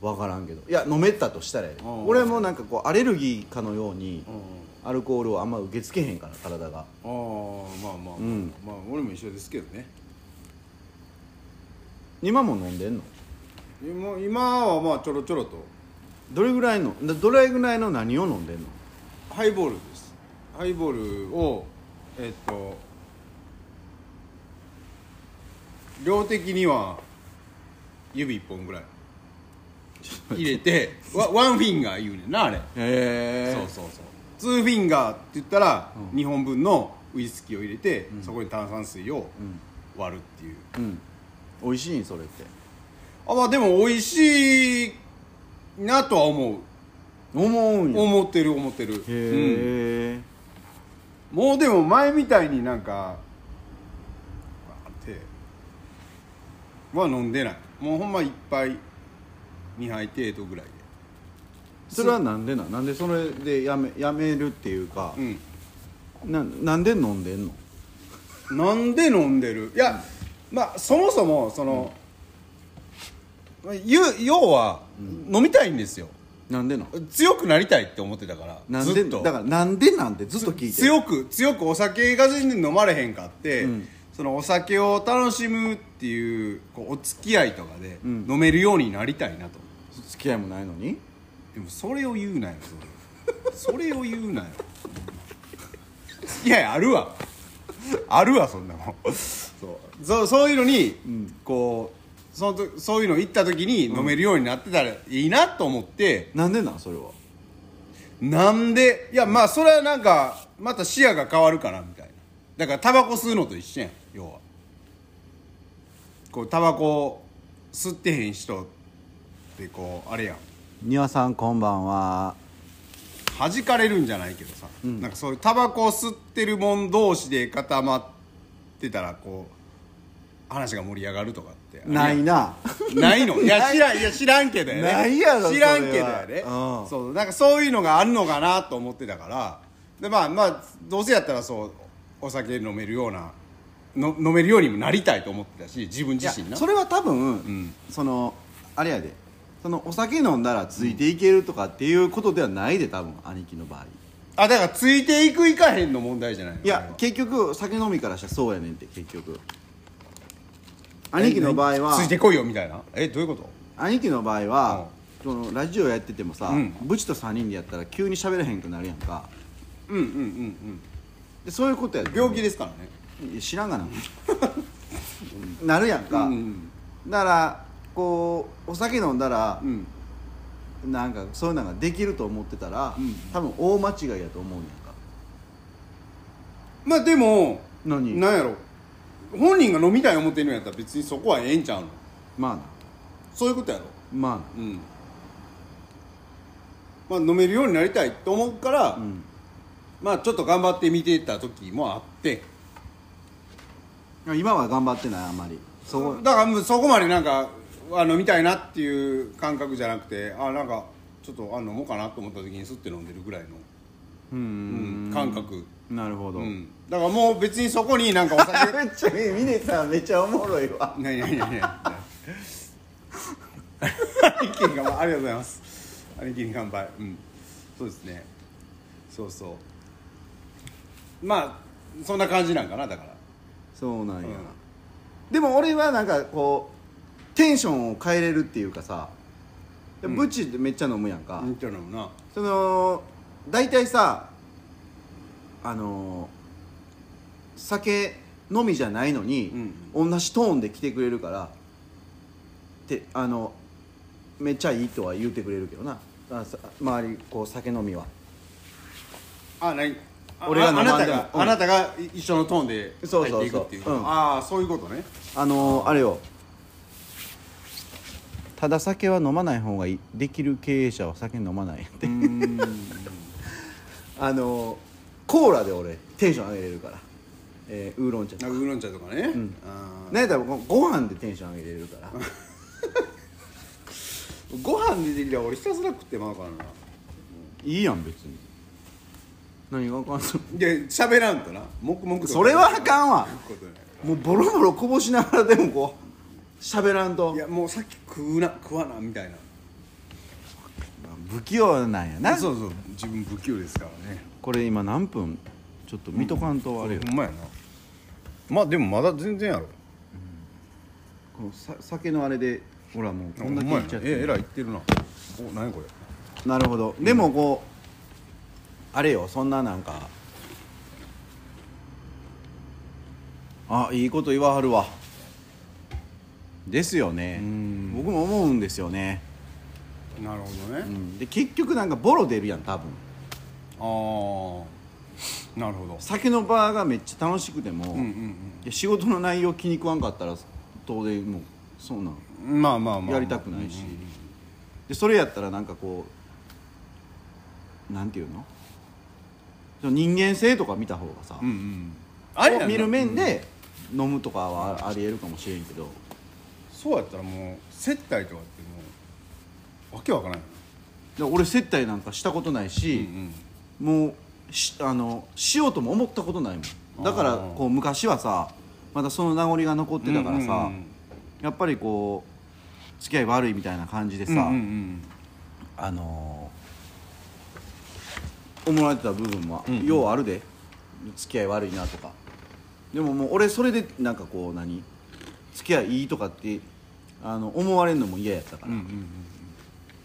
分からんけどいや飲めたとしたらやで
うん
俺もなんかこうアレルギーかのように
うん
アルコールをあんま受け付けへんから体が
ああまあまあまあ、
うん
まあ俺も一緒ですけどね
今も飲んでんの
今今はまあちょろちょろと
どれぐらいのなどれぐらいの何を飲んでんの
ハイボールですハイボールをえっと量的には指一本ぐらい入 れてワワンフィンガー言うねんなあれ
へ
そうそうそうツーフィンガーって言ったら2本分のウイスキーを入れて、そこに炭酸水を割るっていう、
う、うん、美味しいんそれって
あまあでも美味しいなとは思う
思うんやへ
思ってる思ってる、うん
え、
もうでも前みたいになんかわーっては飲んでないもうほんま一杯2杯程度ぐらい
それはなんでなんなんでそれでやめやめるっていうか
で、うん
ななんで飲んでんの
なんで飲んでるいやまあそもそもその、まあゆ要は飲みたいんですよ
なんでなん
強くなりたいって思ってたから
なん
ず
で
っと
だからなんでなんてずっと聞いて
強く強くお酒が全然飲まれへんかって、
うん
そのお酒を楽しむっていうこうお付き合いとかで
うん
飲めるようになりたいなと、
付き合いもないのに
でもそれを言うなよそれそれを言うなよいやいやあるわあるわそんなもんそうそうそういうのに、こうそのとそういうの行った時に飲めるようになってたらいいなと思って、
なんでなんそれは
なんでいやまあそれはなんかまた視野が変わるからみたいなだからタバコ吸うのと一緒やん要はこうタバコ吸ってへん人ってこうあれやん
庭さんこんばんは
弾かれるんじゃないけどさ、なんかそういうタバコを吸ってるもん同士で固まってたらこう話が盛り上がるとかってあるやん
ないな
ないのいや知らんいや知らんけどやね
ないやろ
知らんけ
そ
ど
れ
や
は
ね
うん
そうなんかそういうのがあるのかなと思ってたからでまあまあどうせやったらそうお酒飲めるようなの飲めるようにもなりたいと思ってたし自分
いや
自身な
それは多分、
ん
そのあれやでそのお酒飲んだらついていけるとかっていうことではないで多分兄貴の場合
あだからついていくいかへんの問題じゃないの
いや結局酒飲みからしたらそうやねんって結局兄貴の場合は
ついてこいよみたいなえどういうこと
兄貴の場合は、そのラジオやっててもさ、
うん
ブチと3人でやったら急に喋れへんくなるやんか
うんうんうん
でそういうことやで
うん病気ですからね
いや知らん がななるやんか、
うんうん
だからこうお酒飲んだら
う、ん
なんかそういうのができると思ってたら、
うん
多分大間違いやと思うんやんか
まあでも
何
なんやろ本人が飲みたい思ってるんやったら別にそこはええんちゃうの
まあな
そういうことやろ
まあな
うんまあ飲めるようになりたいと思うから、
うん
まあちょっと頑張って見てた時もあって
いや今は頑張ってないあんまりそこ
だからもうそこまでなんかあ飲みたいなっていう感覚じゃなくてあなんかちょっとあ飲もうかなと思った時にスッて飲んでるぐらいの、
う
う
ん
ん感覚、
なるほど、
うん、だからもう別にそこになんかお酒
めっちゃ峰さんめっちゃおもろいわ
何何何何 兄貴に乾杯ありがとうございます兄貴に乾杯うんそうですねそうそうまあそんな感じなんかなだから
そうなんや、
うん
でも俺はなんかこうテンションを変えれるっていうかさブチってめっちゃ飲むやんか、
見てるのもな
その大体さあの酒飲みじゃないのに、同じトーンで来てくれるからってあのめっちゃいいとは言うてくれるけどなあさ周りこう酒飲みは
あ何あ
俺が
あ
飲ま
あ
ん
なた
でも
が、
うん
あなたが一緒のトーンで
そう
入っ
そうそう
ていくっていう
うん
ああそういうことね
あのあれよただ酒は飲まない方がいいできる経営者は酒飲まないって あのコーラで俺テンション上げれるから、えーウーロン茶
なんかウーロン茶とかね、
ん
あ
なんやったらごご飯でテンション上げれるから
ーご飯出てきたら俺ひたすら食ってまうからない
いやん別に何があかんの
で喋らんとな黙々と
それはあかんわ
いう ことやか
もうボロボロこぼしながらでもこう喋らん
ら
と
いやもうさっき食うな食わなみたいな
不器用なんやな
そうそう自分不器用ですからね
これ今何分ちょっと見とかんとあれよ、
ほんまやなまあでもまだ全然やろ
このさ酒のあれでほらもうこ
ほ
ん
ん
だけ
ま
い
や
っちゃって
ええらい言ってるなお何やこれ
なるほどでもこう、あれよそんななんかあいいこと言わはるわですよね
うん
僕も思うんですよね、
なるほど
う
ね、
ん、で結局なんかボロ出るやん多分
ああなるほど
酒の場がめっちゃ楽しくても、
うん
いや仕事の内容気に食わんかったら当然もうそうなん
うんうんまあまあまあ
やりたくないし、でそれやったらなんかこうなんていうのその人間性とか見た方がさ、
うんうんあれやな
見る面で飲むとかはありえるかもしれんけど、
そうやったらもう接待とかってもうわけわからない
で俺接待なんかしたことない
うんう
し、
ん
もうしあのしようとも思ったことないもんだから
あー
こう昔はさまだその名残が残ってたからさ、
うんうんうん
やっぱりこう付き合い悪いみたいな感じでさ、
うんうん
あのー、思われてた部分は、
うんうん
ようあるで付き合い悪いなとかでももう俺それでなんかこう何付き合いいいとかってあの思われるのも嫌やったから、
うんうん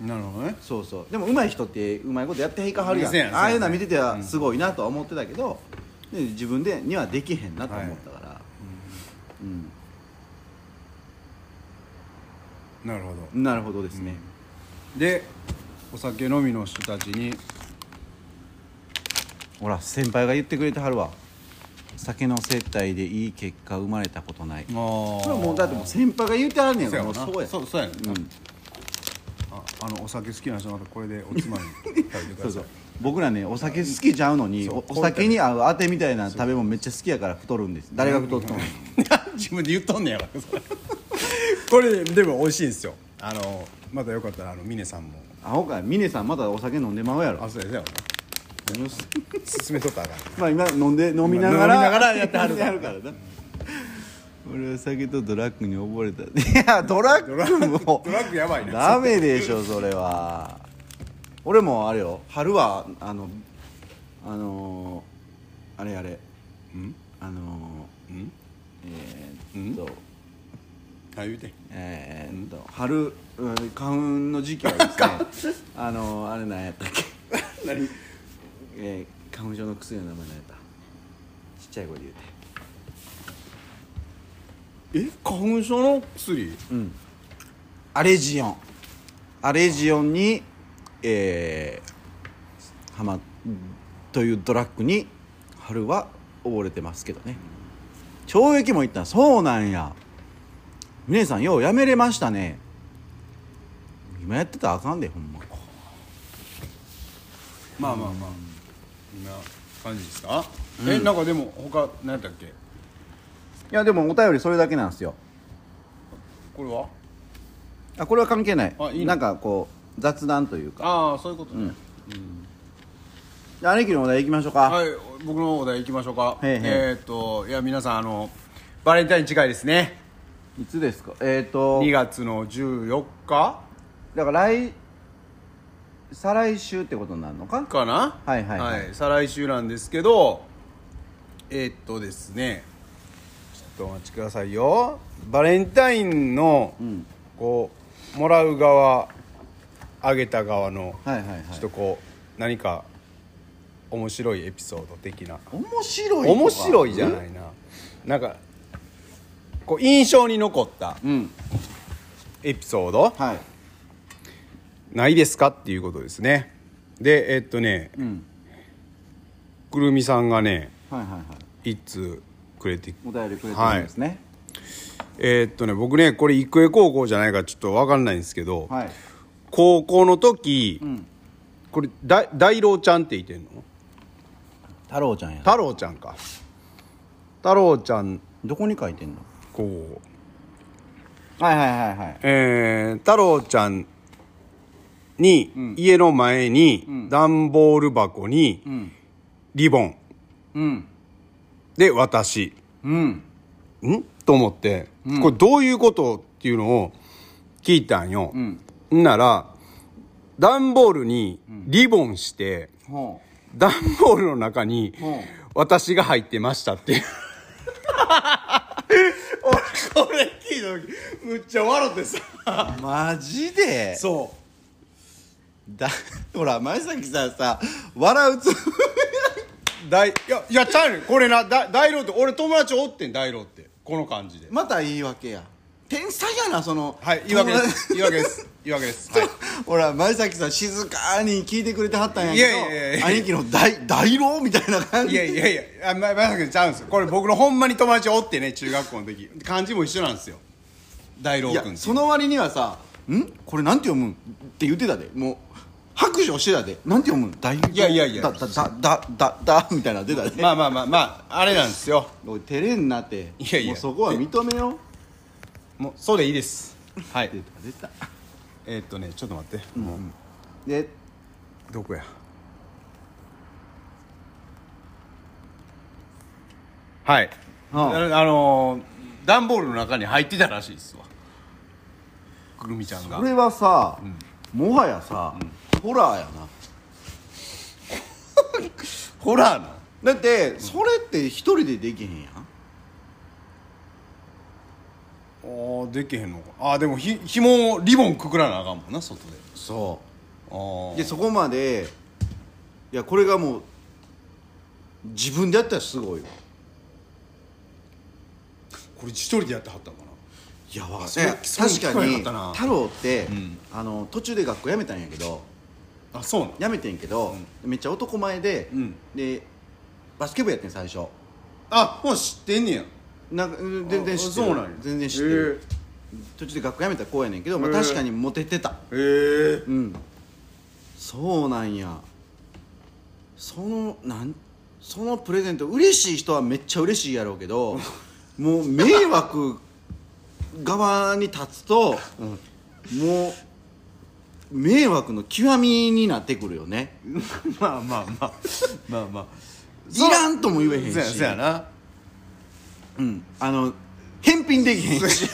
うんなるほどね
そうそうでも上手い人ってうまいことやっていかはるやん
せやせや
ああいうのは見ててはすごいなとは思ってたけど、で自分でにはできへんなと思ったから、
なるほど
なるほどですね、
でお酒飲みの人たちに
ほら先輩が言ってくれてはるわ酒の接待でいい結果生まれたことない
ああ
それはもうだってもう先輩が言うてはんねん
そうや
も
わ
う
な
そうや
そうそうやねんな
うん
ああのお酒好きな人はまたこれでおつまみ食べてく
そ
だ
う
さ
そ
いう
僕らねお酒好きちゃうのに
そう
おお酒に合うあてみたいな食べ物めっちゃ好きやから太るんです誰が太ったの
自分で言っとんねやからそれ これでも美味しいんですよあのまたよかったらあの峰さんも
アホか峰さんまだお酒飲んでまうやろ
あそうやそうやわな
何をす
勧めとったらあかん
まあ今飲んで飲みながら
飲みながらやってはる
やからな俺は酒とドラッグに溺れた いやドラッグも
ドラッグやばいな
ダメでしょそれは俺もあれよ春はあのあのーあれあれ
うん
あの
うん
ーえーっと、
あ言うて
えーっと春、うん、花粉の時期はですねあのあれ何やったっけ、
何
えー花粉症の薬の名前何やったちっちゃい声で言うて
え花粉症の薬
アレジオンアレジオンにえー、はまというドラッグに春は溺れてますけどね懲役もいったんそうなんや姉さんようやめれましたね今やってたらあかんでほんま
まあまあまあこんな感じですかえなんかでも他何やったっけ
いやでもお便りそれだけなんですよ
これは
あこれは関係ない
あいいの
なんかこう雑談というか
ああそういうことね
じゃあ兄貴のお題いきましょうか、
はい僕のお題いきましょうか
へいへい
えーっといや皆さんあのバレンタイン近いですね
い、つですかえっ、と
2月の14日
だから来再来週ってことになるのか
かな
はいはいはい
再来週なんですけどえーっとですねちょっとお待ちくださいよバレンタインの、
ん
こうもらう側あげた側の、
はいはいはい
ちょっとこう何か面白いエピソード的な
面白い
面白いじゃ
い
ないな、なんかこう印象に残った
うん
エピソード
はい
ないですかっていうことですねでえーっとね
うん
くるみさんがね
はいはいはい
一通くれて
お便りくれてるんですね
えーっとね僕ねこれ育英高校じゃないからちょっと分かんないんですけど、
はい、
高校の時、
ん
これだ大郎ちゃんって言ってんの
太郎ちゃんや
太郎ちゃんか太郎ちゃん
どこに書いてんの
こう
はいはいはいはい
えー、太郎ちゃんに、家の前に、段ボール箱に、
ん
リボン
うん
で私
うん
んと思って、これどういうことっていうのを聞いたんよ、
うん
んなら、段ボールにリボンして、
ほ
段ボールの中に
うん
私が入ってましたっていう。 俺これ聞いた時むっちゃ笑ってさ
マジで
そ
だ ほら前崎さんさ笑うつも
う大いやいやちゃうねんこれなだ大老って俺友達おってん大老ってこの感じで
り また言い訳や天才やなその
はい言い訳です言い訳です言い訳ですはい
ほら前崎さん静かに聞いてくれてはったんやけど
いやいやいや
兄貴の大大老みたいな感
い
じ
やいやいやあままさきちゃうんですよこれ僕のほんまに友達おってね中学校の時漢字も一緒なんですよ大老
い
君
や
っていう
その割にはさ「んこれなんて読むん?」って言ってたでもう拍手をしてたで「なんて読むん?」大
いやいやいや
だだだだだだ」みたいなの出たで、
まあまあまあまああれなんですよ
おい照れんなって
いやいや
もうそこは認めよう
もうそうでいいですはい
出た出た
えーっとねちょっと待って、もう
で
どこやはい
うん
ああのー段ボールの中に入ってたらしいですわくるみちゃんが
これはさ、もはやさ、ホラーやな
ホラーな
だってそれって一人でできへんやん
あーできへんのかあーでもひ紐をリボンくくらなあかんもんな外で
そ
あー
でそこまでいやこれがもう自分でやったらすごいわ
これ一人でやってはったのか
いやわか
それそれ
確
聞か
か
へん
に
かったな
太郎って、
うん
あの途中で学校辞めたんやけど
なあそうなの
辞めてんけど、めっちゃ男前で、
うん
でバスケ部やってん最初
あもう知ってんねや
なんかうん全然知ってる
あそうなんや
全然知ってる、途中で学校辞めた子やねんけど、まあ、
へえ
確かにモテてた
へえ
うんそうなんやそのなんそのプレゼント嬉しい人はめっちゃ嬉しいやろうけどもう迷惑側に立つと、もう迷惑の極みになってくるよね
まあまあまあまあま あ
いらんとも言えへん
そうや
し
そうやな
うん、あの返品できへんし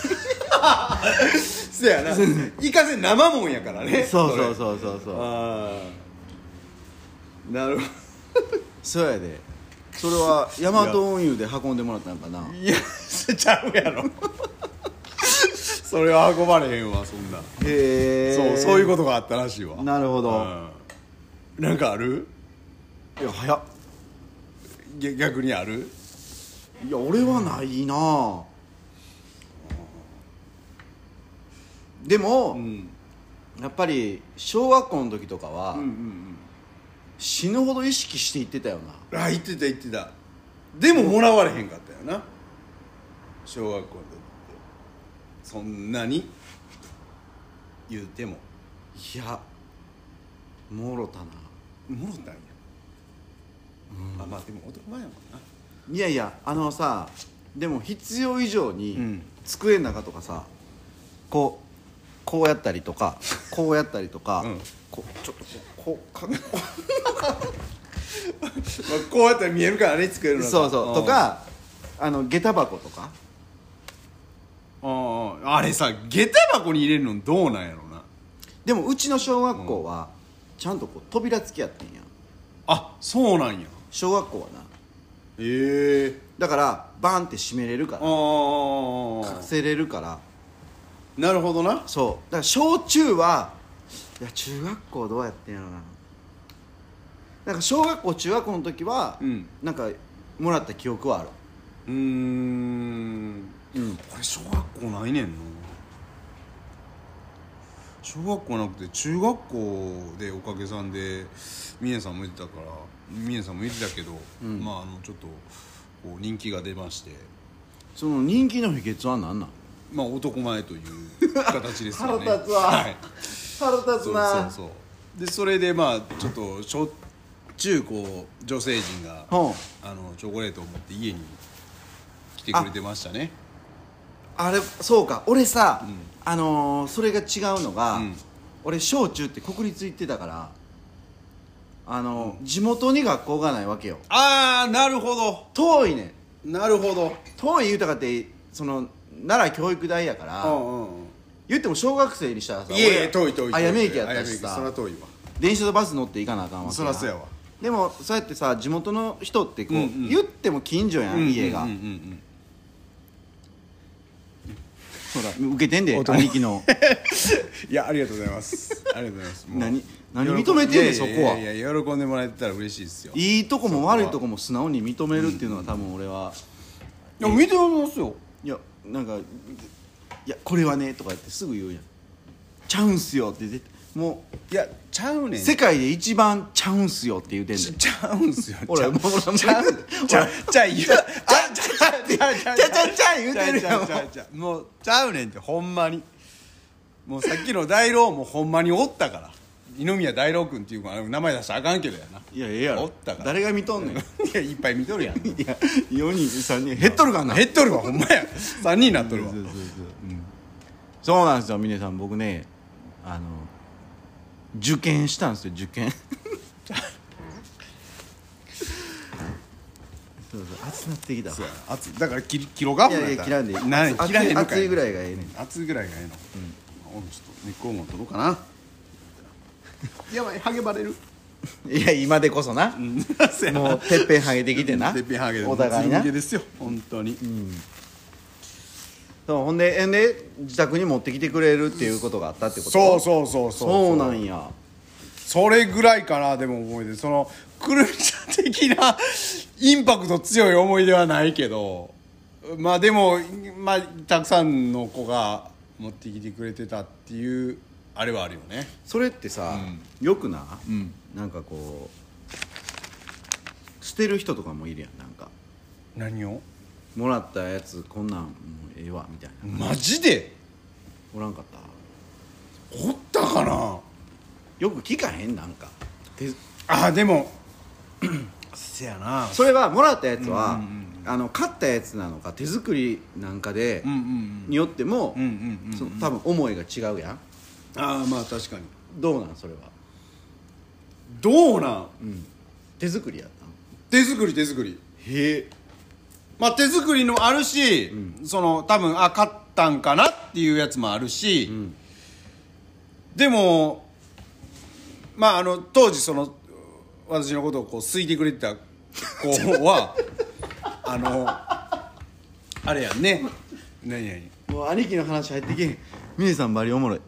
そうや ないかせん生もんやからね
そうそう
う
そうそうそう
ああなるほ
そうやでそれはヤマト運輸で運んでもらったんかな
どいやちゃうやろそれは運ばれへんわそんな、
へえ
そうそういうことがあったらしいわ
なるほど
うんなんかある
といや早っ
逆逆にある
いや俺はないなあでも、
ん
やっぱり小学校の時とかは、
うんうん
死ぬほど意識していってたよな
うんあ言ってた言ってたでももらわれへんかったよな小学校の時ってそんなに言うても
いやもろたな
もろたんや、あまあでも男前やもんない
やいやあのさでも必要以上に、
うん
机の中とかさこうこうやったりと かこうやったりとか、
うん
こうちょっとこうこうか
まあこうやったら見えるからね作れるの
そうそうとかあの下駄箱とか
うんうんあれさ下駄箱に入れるのどうなんやろうな
でもうちの小学校はちゃんとこう扉付きやってんや
あそうなんや
小学校はな
ええ
だからバンって閉めれるか
あ
ら
あ
隠せれるから
なるほどな
そうだから小中はいや中学校どうやってんやろななんか小学校中学校の時は、
うん
なんかもらった記憶はある
うーん
うん
これ小学校ないねんな小学校なくて中学校でおかげさんで峰さんも言ってたから峰さんも言ってたけど、まああのちょっとこう人気が出まして
その人気の秘訣は何なん
まあ男前という形ですよ ね
腹立つわ
はい、
腹立
そうそうそうでそれでまあちょっとしょ中高女性陣が
ほう
あのチョコレートを持って家に来てくれてましたね
あれそうか俺さ、あのーそれが違うのが、
うん
俺小中って国立行ってたからあのー、地元に学校がないわけよ
ああなるほど
遠いねん
なるほど
遠い言うたかってその奈良教育大やから、
うんうん
言っても小学生にしたらさ
いえい
俺
え
ら
遠い遠い遠い
綾部駅やったし
綾部駅そら
さ
遠いわ
電車とバス乗って行かなあかんわけ
そらそうやわ
でもそうやってさ地元の人ってこう、
うんうん
言っても近所やん、家が、
うんうんうんうんほら
受けてんで
男
兄貴 の
いやありがとうございますありがとうございますもう
何何認めてんねん
喜
そ
ん
こはい
やいやいや喜んでもらえてたら嬉しいですよい
いいとこも悪いとこも素直に認めるっていうのは多分俺は
や見てますよ
いやなんか「いやこれはね」とかってすぐ言うやん「ちゃうんすよ」って絶対も
いやちゃう
う
ねん
世界で一番「ちゃうんすよ」って言うてんねん
ちちゃうんすよ
俺もう俺も
ちゃう ちゃうちゃう言うあちゃうちゃうちゃう
ちゃうちゃうちゃう言うてるやん
ちゃうちゃうちゃうもうちゃうねんってほんまにもうさっきの大郎もほんまにおったから二宮大郎君っていう子あの名前出したらあかんけどやない
やええや
お
ろ
ったから
誰が見とんねん い
いやいっぱい見とるやん減
や4人3人減っとるかな
っとるわほんまや3人になっとるわ
そうそうそうそうなんですよ峰さん僕ねあの受験したんですよ受験 そうそう暑なってきたわ
そうや熱だから切り切ろうか
いやいや切らんでいい
な
暑い
切らへんのか
暑いぐらいがええねん
暑いぐらいがええの、俺ちょっと根っこも取ろうかなやばいハゲバレる
いや今でこそな、 もうてっぺんハゲてきてな
てっぺんハゲで
お互い
もう
な
つるむけですよ本当に、
そうほんでえんで自宅に持ってきてくれるっていうことがあったってこと
そう
う
そうそう
そ
そう
なんや
それぐらいかなでも思い出そのくるみちゃん的なインパクト強い思い出はないけどまあでも、まあ、たくさんの子が持ってきてくれてたっていうあれはあるよね
それってさ、よくな、なんかこう捨てる人とかもいるやんなんか
何を
もらったやつこんなんもうええわみたいな
マジで
おらんかった
おったかな
よく聞かへんなんかて
あでもせやな
それはもらったやつは、あの買ったやつなのか手作りなんかで、
うんうん
によっても、
うんうんうんうん
その多分思いが違うやん
ああまあ確かに
どうなんそれは
どうなん
手作りやったん
手作り手作り
へえ
まあ手作りのあるし、その多分あ買ったんかなっていうやつもあるし、でもまああの当時その私のことをこう好いてくれてた子は あのあれやんね何何
もう兄貴の話入ってけへん峰さんバリおもろい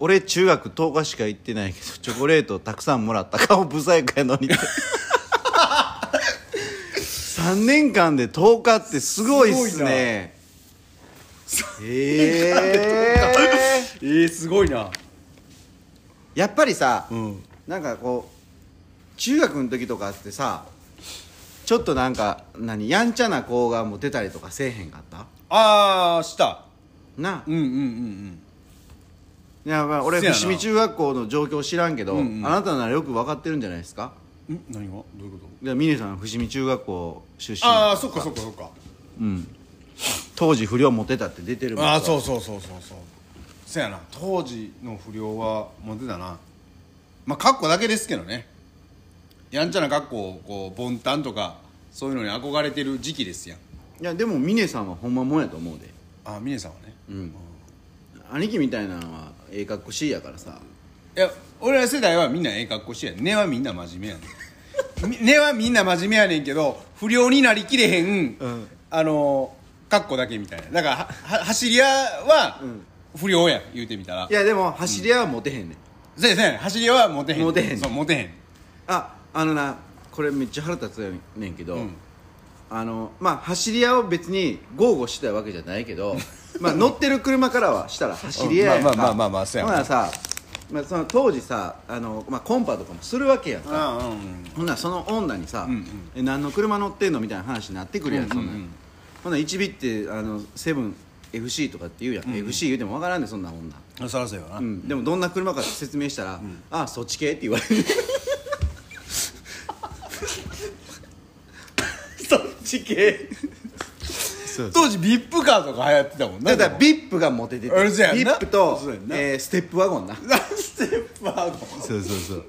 俺中学10日しか行ってないけどチョコレートをたくさんもらった顔不細工やのに3年間で10日ってすごいっすねへえ
えー、すごいな
やっぱりさ、
うん
なんかこう中学の時とかってさちょっとなんか何やんちゃな子がモテたりとかせえへんかった
ああした
な
うんうんうんうん
いやまあ俺
せやな
伏見中学校の状況知らんけど、
うんうん
あなたならよく分かってるんじゃないですか
ん何がどういうこと
で峰さん伏見中学校出身
ああそっかそっかそっか
当時不良モテたって出てるもん
ああそうそうそうそうそうそやな当時の不良はモテたなまあ格好だけですけどねやんちゃな格好をこう凡ンとかそういうのに憧れてる時期ですやん
いやでも峰さんはほんまもんやと思うで
ああ峰さんはね、
うん兄貴みたいなのはええ格好しいやからさ
いや俺ら世代はみんなええ格好してやん根はみんな真面目や ねんみ根はみんな真面目やねんけど不良になりきれへん、
ん
あのー格好だけみたいなだからはは走り屋は不良やん言うてみたら
いやでも走り屋はモテへんねん、
そうやそうや走り屋はモテへん
モテへん
そうモテへん
ああのなこれめっちゃ腹立つやねんけど、
うん
あのまあ走り屋を別に豪語してたわけじゃないけ どまあ乗ってる車からはしたら走り屋やんか、
うんまあまあまあまあそうや
ほなさ、まあ、その当時さあの、まあ、コンパとかもするわけやんか
ああうんうん
ほんならその女にさ、
んうん
え何の車乗ってんのみたいな話になってくるやん,、そんなん
うんうん
ほんなら1ビってあのセブン FC とかって言うやん、FC 言うてもわからんねんそんな女、
あそらそうやわな、
うん、でもどんな車かって説明したら、ああそっち系って言われる
そっち系
そう
当時ビップカーとか流行ってたもんな
だから
ビッ
VIP がモテてて
あれそうやんな
VIP と
そうやん、な
えーステップワゴンな
プ ステップワゴン
そうそうそう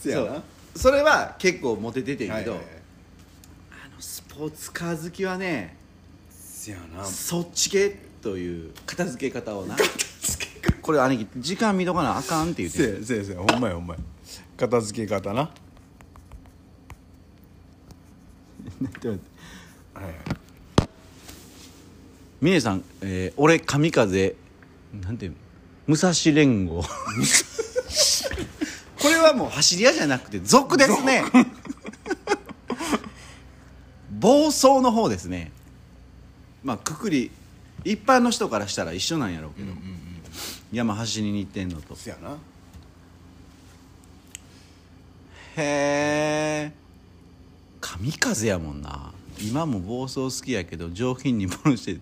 せやな
それは結構モテててんけど、
はいはいはい
あのスポーツカー好きはね
せやな
そっち系という片付け方をなこれ兄貴時間見とかなあかんって言って
せやせやせやほんまやほんまや片付け方な
ちょっと待って
はいはい
峰さん、えー俺神風なんていうの武蔵連 合これはもう走り屋じゃなくて族ですね暴走の方ですねまあくくり一般の人からしたら一緒なんやろうけど、山走りに行ってんのと
せやな
へえ神風やもんな今も暴走好きやけど上品に物して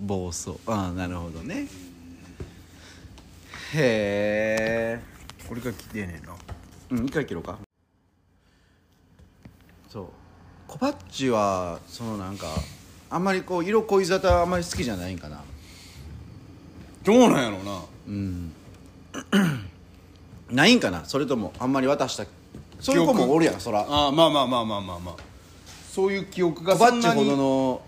暴走ああなるほどねへえ
これがきてえねんな
うん一回切ろうかそうコバッチはそのなんかあんまりこう色恋沙汰あんまり好きじゃないんかな
どうなんやろうな
ないんかなそれともあんまり渡したそういう子
記
も
憶
おるやんそら
あーまあまあまあまあまあまあそういう記憶が
コバ
そ
ッ
ん
チ
な
ほど
に
の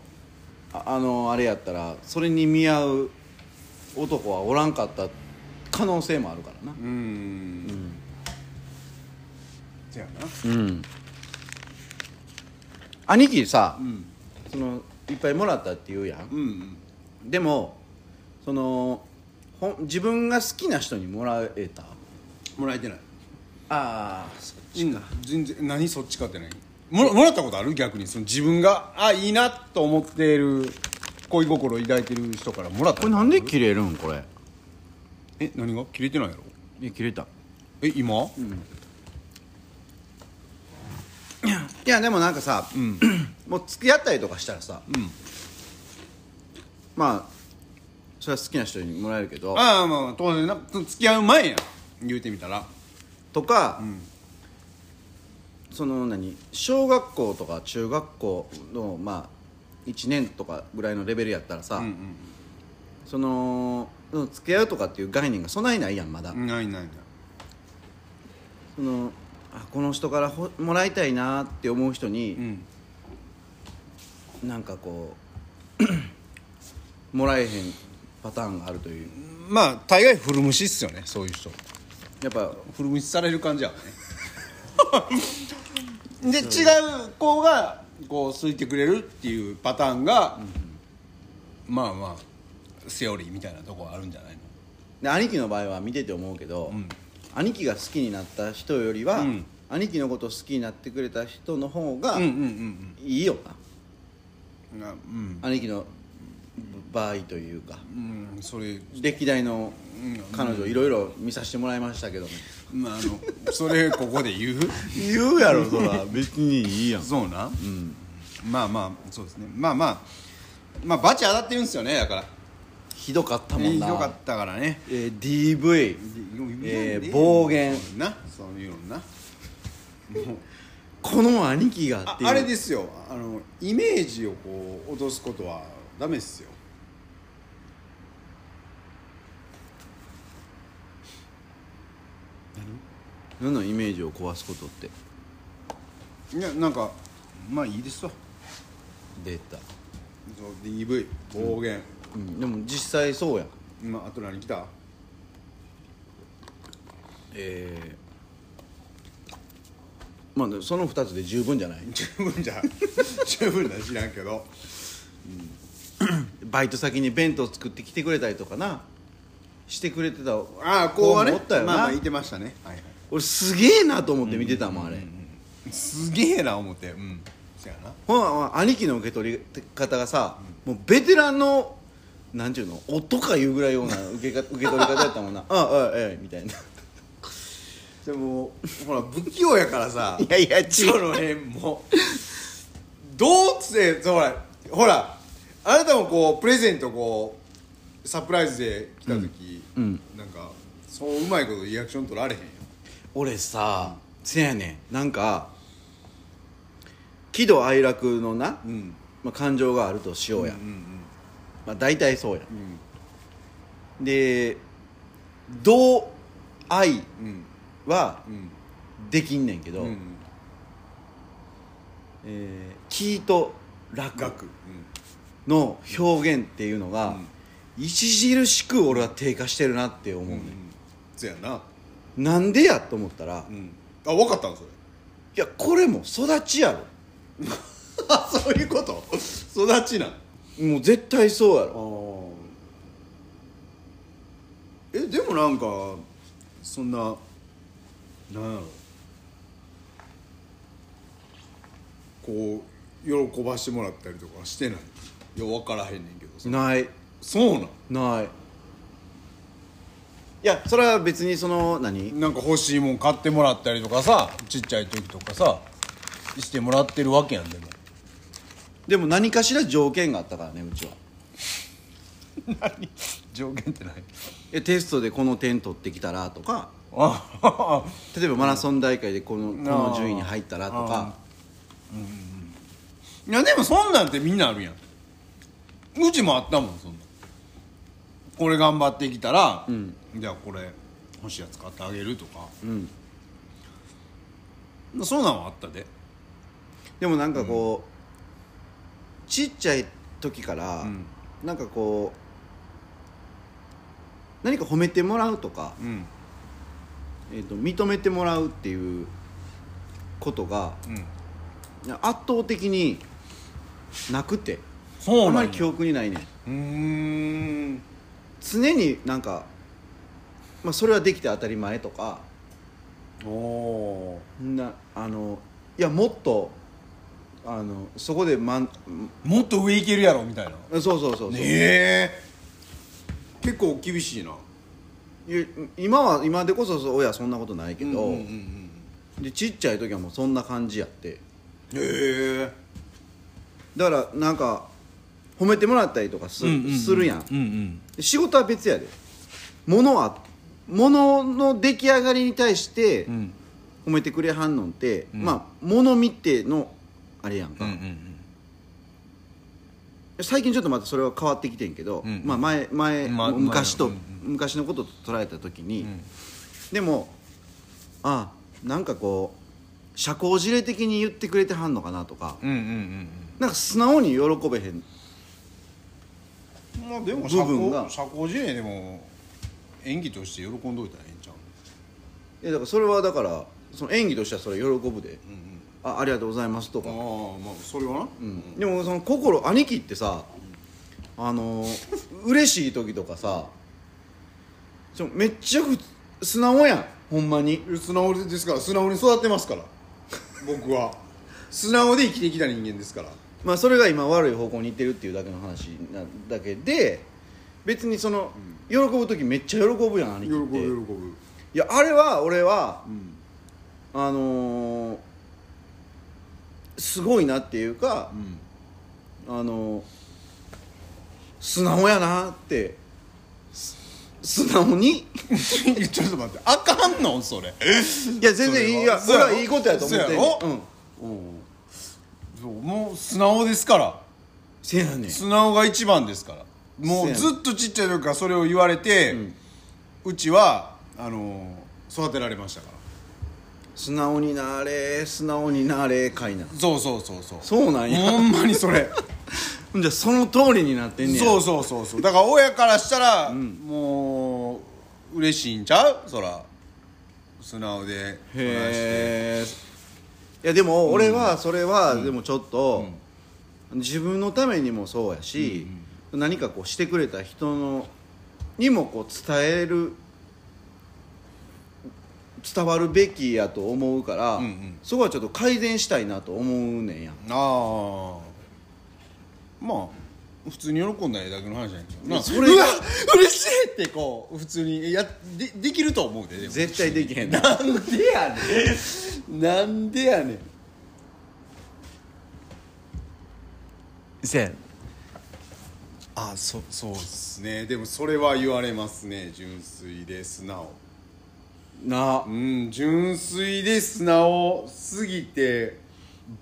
ああのあれやったらそれに見合う男はおらんかった可能性もあるからな
うーんせやな
うん兄貴さ、そのいっぱいもらったって言うやん
うんうん
でもそのほん自分が好きな人にもらえた
もらえてない
ああ
うん全然何そっちかってないもらもらったことある逆にその自分があいいなと思っている恋心を抱いてる人からもらった
これなんで切れるんこれ
え何が切れてないやろ
え切れた
え今、
いやでもなんかさ、 もう付き合ったりとかしたらさ、まあそれは好きな人にもらえるけど
ああまあ当然なその付き合う前やん言うてみたら
とか、その何小学校とか中学校のまあ1年とかぐらいのレベルやったらさ、そのうん付き合うとかっていう概念がそないないやんまだ、
ないないない
そのあこの人からほもらいたいなって思う人に、
ん
なんかこう もらえへんパターンがあるという
まあ大概古虫っすよねそういう人
やっぱ
古虫される感じやわ ねで違う子がこう好いてくれるっていうパターンが、まあまあセオリーみたいなとこあるんじゃないの
で兄貴の場合は見てて思うけど、兄貴が好きになった人よりは、
うん
兄貴のことを好きになってくれた人の方が
うん
い
うん
いよな、
うんなうん
兄貴の場合というか
うんそれ
歴代の彼女いろいろ見させてもらいましたけど、
まああのそれここで言う
言うやろそ ら別にいいやん
そうな、まあまあそうですねまあまあまあバチ当たってるんですよねだから
ひどかったもん
ひ
な
どかったからね
えー DV えー暴言
なそういうのな
この兄貴が
あ
っていう
あれですよあのイメージをこう落とすことはダメですよ
何のイメージを壊すことって
いやなんかまあいいですわ
出た、
そう DV 暴言、
うん、でも実際そうやん
まああと何来た
えー、まあでもその2つで十分じゃない
十分じゃ十分だ知らんけど
バイト先に弁当作ってきてくれたりとかなしてくれてた
ああこうはね
思ったよな、
まあまあいてましたね、はいは
俺すげえなと思って見てたもんあれ、
い、すげえな思ってうんそやな
ほなほな兄貴の受け取り方がさ、もうベテランのなんていうのおとかいうぐらいような受けか受け取り方やったもん な「ああああええ」みたいな
でもほら不器用やから さ
やいや違
その辺もどうってほらほらあなたもこうプレゼントこうサプライズで来た時、
ん
なんかそううまいことリアクション取られへんよ
俺させやねんなんか喜怒哀楽のな、
ん
まあ、感情があるとしようや、
ん
まあ、大体そうや、で同愛
うん
は
うん
できんねんけど、
うん
えー喜と楽
額
の表現っていうのが、著しく俺は低下してるなって思うね
うん、そやな
ん、なんでやと思ったら、
う
い
んあ分かったのそれ
やこれも育ちやろ
あ そういうこと育ちなん
もう絶対そうやろ
えでもなんかそんななんやろこう喜ばしてもらったりとかはしてないいや分からへんねんけどさ
ない
そうなん
ないいやそれは別にその何
なんか欲しいもん買ってもらったりとかさちっちゃい時とかさしてもらってるわけやんでも
でも何かしら条件があったからねうちは
何条件って ない
えテストでこの点取ってきたらとか
あ
例えばマラソン大会でこの,、この順位に入ったらとか
いやでもそんなんってみんなあるやんうちもあったもんそんなんこれ頑張ってきたら、じゃあこれ欲しいやつ買ってあげるとか
うん
そんなんはあったで
でもなんかこう、ちっちゃい時から、
ん
なんかこう何か褒めてもらうとか、
うん
えー、と認めてもらうっていうことが
うん
圧倒的になくて
そ
あ
うん
ま
な
り
ん
記
や
憶にないねん
うーん
常になんか、まあ、それはできて当たり前とか
おお
なあのいやもっとあのそこで、まん、
ーもっと上いけるやろみたいな
そうそうそうそう、
ねえ結構厳しいない
や今は今でこそそう親はそんなことないけど、
うんうんうん
でちっちゃい時はもうそんな感じやって
へえ
だからなんか褒めてもらったりとかす,、するやん
うんうん
で仕事は別やで物は物の出来上がりに対して
うん
褒めてくれはんのんって、
うん
まあ物見てのあれやん
う
か、
んうん
最近ちょっとまたそれは変わってきてんけど、
うん
まあ、前前、
ま
昔と、
前
昔のことと捉えた時に、
ん
でもあなんかこう社交辞令的に言ってくれてはんのかなとか、
うんうんうん
なんか素直に喜べへん
うんまあでも社
部分
交
が
社交辞令でも演技として喜んどいたらええんちゃ
い
う
やだからそれはだからその演技としてはそれ喜ぶで、
ん
あありがとうございますとか、
ああまあそれはな
うんでもその心兄貴ってさあのー嬉しい時とかさちょめっちゃふ素直やんほんまに
素直ですから素直に育ってます から僕は素直で生きてきた人間ですから
まあそれが今悪い方向にいってるっていうだけの話なだけで別にその喜ぶ時めっちゃ喜ぶやん兄
喜
貴
ぶ
って
喜ぶ
いやあれは俺は
うん
あのーすごいなっていうか
う、ん
あの素直やなってす素直にい
ちょっと待ってあかんのそれ
や全然いいいや
そ
俺
れは
はいいことやと思ってんねん
そうや
う
ろ
ん
うんそうもう素直ですから
せやねん
素直が一番ですからも
せ
う
やね
ずっとちっちゃい時からそれを言われて、うんちはあのー育てられましたか
素直になれ素直になれかいな
らそうそうそうそう
そうなんや
ほんまにそれ
ほんじゃその通りになってんねや
そうそうそうそうだから親からしたら、もう嬉しいんちゃうそら素直で
へえいやでも俺はそれはでもちょっと自分のためにもそうやし何かこうしてくれた人のにもこう伝える伝わるべきやと思うから
うんうん
そこはちょっと改善したいなと思うねんや
ああまあ普通に喜んだらええだけの話じゃないけどな
それが
うわ嬉しいってこう普通にやでできると思うででも
絶対できへんな
なんでやねんなんでやねん
せや
あそそうっすねでもそれは言われますね純粋で素直
な
うん純粋で素直すぎて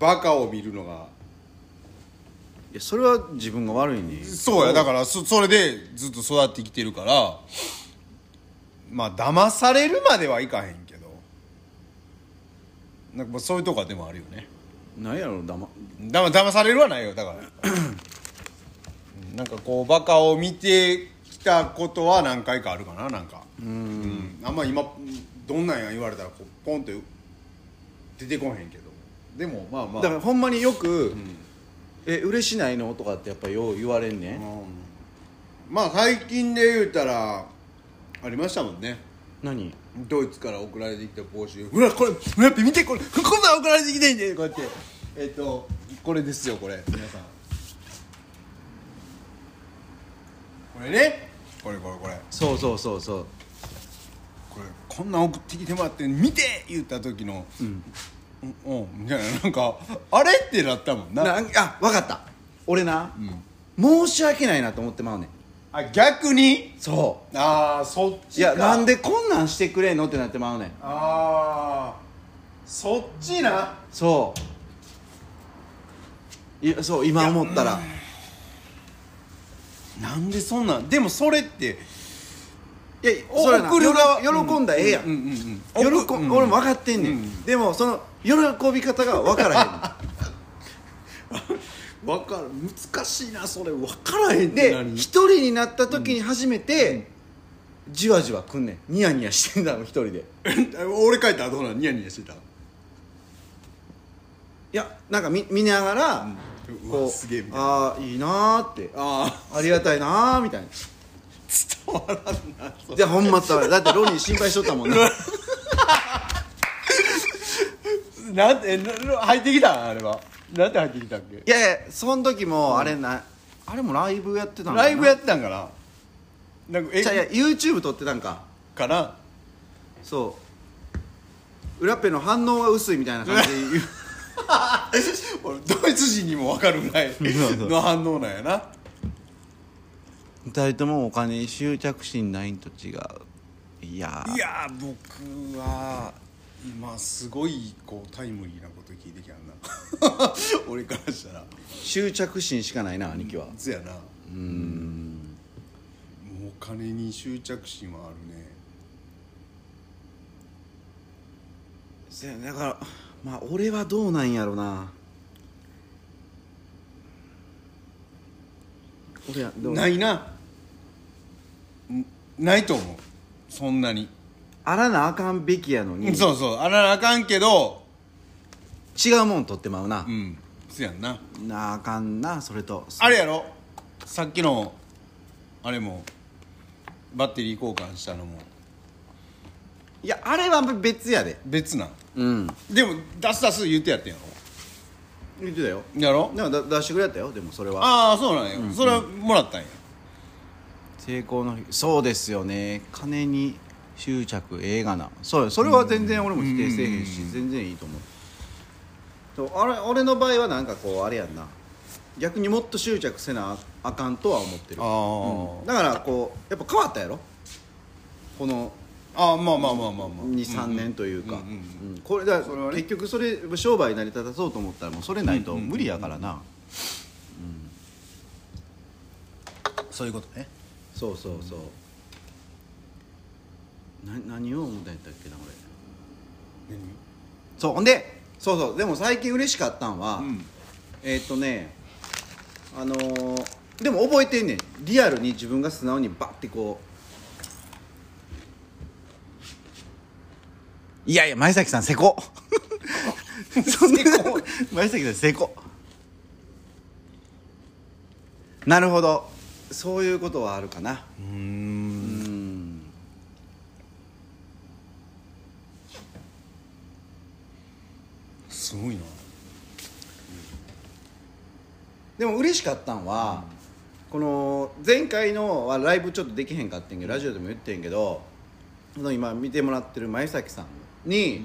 バカを見るのが
いやそれは自分が悪いね
そうやだからそそれでずっと育ってきてるからまあ騙されるまではいかへんけどなんかまあそういうとこはでもあるよね
なんやろだま
だま騙されるはないよだからうんなんかこうバカを見てきたことは何回かあるかななんかうんあんま今どんなんや言われたらこうポンって出てこへんけどでもまあまあ
だからほんまによく、え嬉しないのとかってやっぱよう言われんね、
まあ最近で言うたらありましたもんね
何
ドイツから送られてきた帽子ほらこれほら見てこれこんなん送られてきてんでこうやってえっ、とこれですよこれ皆さんこれねこれこれこれ
そうそうそうそう
これこんなん送ってきてもらって見て言った時のうんうんみたいななんかあれってなったもんな
なんあ分かった俺な、申し訳ないなと思ってまうねん
あ逆に
そ
ああそっ
う
ち
い
か
やなんでこんなんしてくれんのってなってまうねん
ああそっちな
そういやそう今思ったら
なんでそんなんでもそれって
いや
お
それはな
送る側
よろ喜んだらええやん,、
うんうんう
喜
ん
ん
送うん
俺も分かってんねん、
うん
でもその喜び方が分から
分かる難しいなそれ分からへ
へ
ん
ん
っ
で
て何
一人になった時に初めて、じわじわくんねんニヤニヤしてんだもん一人でい
俺書いたらどうなんニヤニヤしてた
やなんか見見ながら、
うんうわ
こ
すげえ
う
みたいな
ああーいいなーって
あ
ありがたいなーみたいな
ー伝わらんなそれ
じゃあほんまったわだってロニー心配しとった もんな
なんてえなな入ってきたんあれはなんて入ってきたっけ
いやいやその時もあれな、あれもライブやってたんかな
ライブやってたんかななんかえ
じゃあいや YouTube 撮ってたんか
かな
そう裏っぺの反応が薄いみたいな感じで言う
俺ドイツ人にも分かるぐらい
そう
の反応なんやな
二人ともお金に執着心ないんと違ういやー
いやー僕は今すごいこうタイムリーなこと聞いてきたな 俺からしたら
執着心しかないな兄貴は
そやなうんもうお金に執着心はあるね
せやだからまあ俺はどうなんやろな俺はどう
ないなんないと思うそんなに、
あらなあかんべきやのに
そうそうあらなあかんけど
違うもん取ってまうな
う、んそやんな
なああかんなそれと
あれやろさっきのあれもバッテリー交換したのも
いやあれは別やで
別なん
うん
でも出す出す言ってやってんや
言ってたよ
ろやろ
でもだ出してくれたよでもそれは
ああそうなんや、それはもらったんや
成功の日そうですよね金に執着映画なそうよそれは全然俺も否定せえへんし全然いいと思うそうあれ俺の場合はなんかこうあれやんな逆にもっと執着せなああかんとは思ってる、
あ
うんだからこうやっぱ変わったやろこの
ああまあまあまあまあまあ
23年というか、
うんうん
うんこれだから結局それ商売成り立たそうと思ったらもうそれないと無理やからな、
そういうことね
そうそうそう、な何を思ったんやったっけな俺そうほんでそうそうでも最近嬉しかったんは、
うん
えーっとねあのーでも覚えてんねんリアルに自分が素直にバッてこういやいや前崎さんせ こそんな前崎さんせこなるほどそういうことはあるかな
うん
うん
すごいな
でも嬉しかったんは、この前回のはライブちょっとできへんかってんけどラジオでも言ってんけどその今見てもらってる前崎さんに、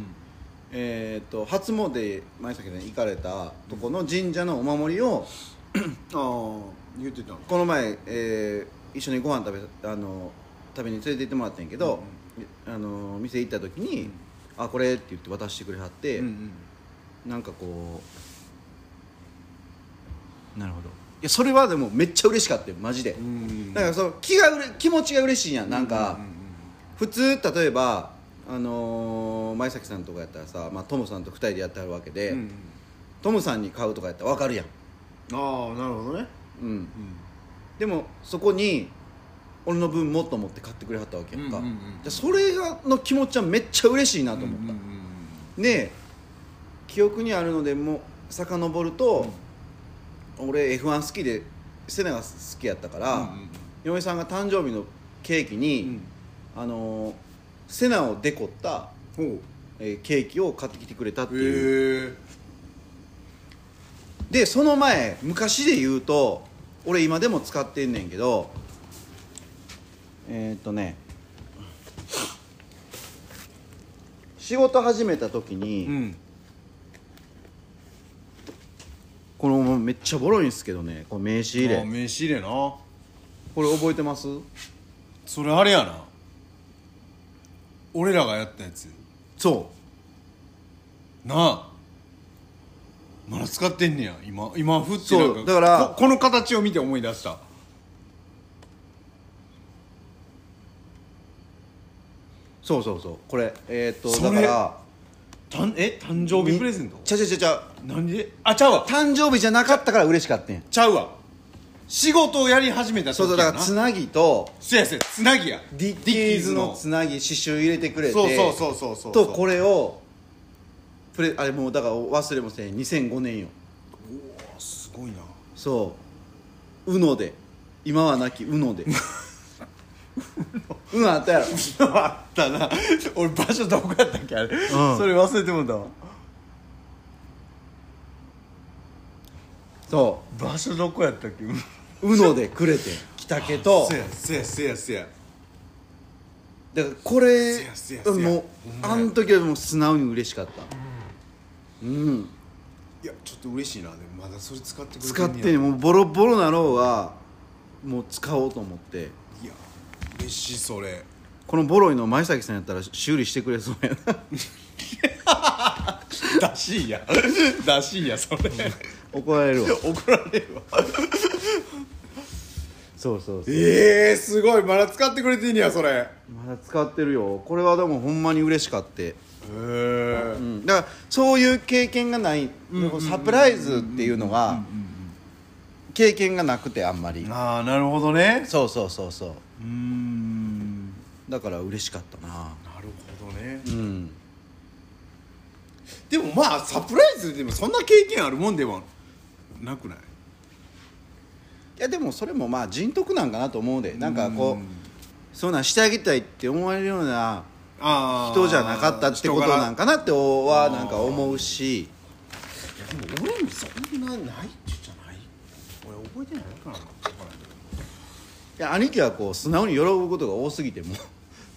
えー、と初詣前崎さんに行かれたとこの神社のお守りを
ああ言ってたの
この前、えー一緒にご飯食べあの食べに連れて行ってもらったんやけど、あの店行った時に「あこれ」って言って渡してくれはって、
うん
なんかこうなるほどいやそれはでもめっちゃ嬉しかったよマジで、
ん
だからその気がうれ気持ちが嬉しいやんなんか、普通例えばあのー前崎さんとかやったらさ、まあ、トムさんと2人でやってはるわけで、
うん
トムさんに買うとかやったら分かるやん
ああなるほどね
うん
うん
でもそこに俺の分もっと思って買ってくれはったわけやんか、
うんうんうん
でそれがの気持ちはめっちゃ嬉しいなと思った、
うん
で記憶にあるのでもう遡ると、俺 F1 好きでセナが好きやったから、嫁さんが誕生日のケーキに、あのーセナをデコった、
ほう
えーケーキを買ってきてくれたっていう
へえ
でその前昔で言うと俺今でも使ってんねんけどえー、っとね仕事始めた時に、
うん
このめっちゃボロいんですけどねこの名刺入
あ
れ
名刺入れな
これ覚えてます
それあれやな俺らがやったやつ
そ
なあまだ使ってんねや今今ふって
そう
なん
だから
ここの形を見て思い出した
うそうそうそうこれえー、っと
そ
だか
れ
ら
たんえ誕生日プレゼント
ちゃちゃちゃちゃ
何であちゃうわ
誕生日じゃなかったから嬉しかったんや
ちゃうわ仕事をやり始めた時
そうそうだ
や
か
な
らつなぎと
そうやそうやつなぎや
ディッキーズのつなぎ刺繍入れてくれて
そうそうそうそうそう
とこれをプレあれもうだから忘れもせん2005年よ
あすごいな
そう UNO で今はなき UNO で UNO あったやろ
あったな俺場所どこやったっけあれ、
ん
それ忘れてもうたわ
そ
場所どこやったっけ
う UNO でくれて北家と
せやせやせやせや
だからこれ
せやせやせや
もう
ほんまや
あの時はもう素直に嬉しかったうん
いやちょっと嬉しいなでもまだそれ使ってくれ
使っ
んねや
てもうボロボロなろうがもう使おうと思って
いや嬉しいそれ
このボロいの前崎さんやったら修理してくれそうやな
らしいや らしいやそれ
怒られるわ
怒られるわ
そうそうそう
ええー、すごいまだ使ってくれてんねやそれへ
まだ使ってるよこれはでもほんまに嬉しかって、
え
うん、だからそういう経験がないサプライズっていうのが経験がなくてあんまり
ああなるほどね
そうそうそうそう
うーん
だから嬉しかったな
なるほどね
うん
でもまあサプライズでもそんな経験あるもんではなくない
いやでもそれもまあ人徳なんかなと思うでなんかこう
うん
そんなんしてあげたいって思われるような
あー
人じゃなかったってことなんかなってはなんか思うし
人柄いやでも俺もそんなないっちゃない俺覚えてないからな分からんけど
いや兄貴はこう素直に喜ぶことが多すぎても う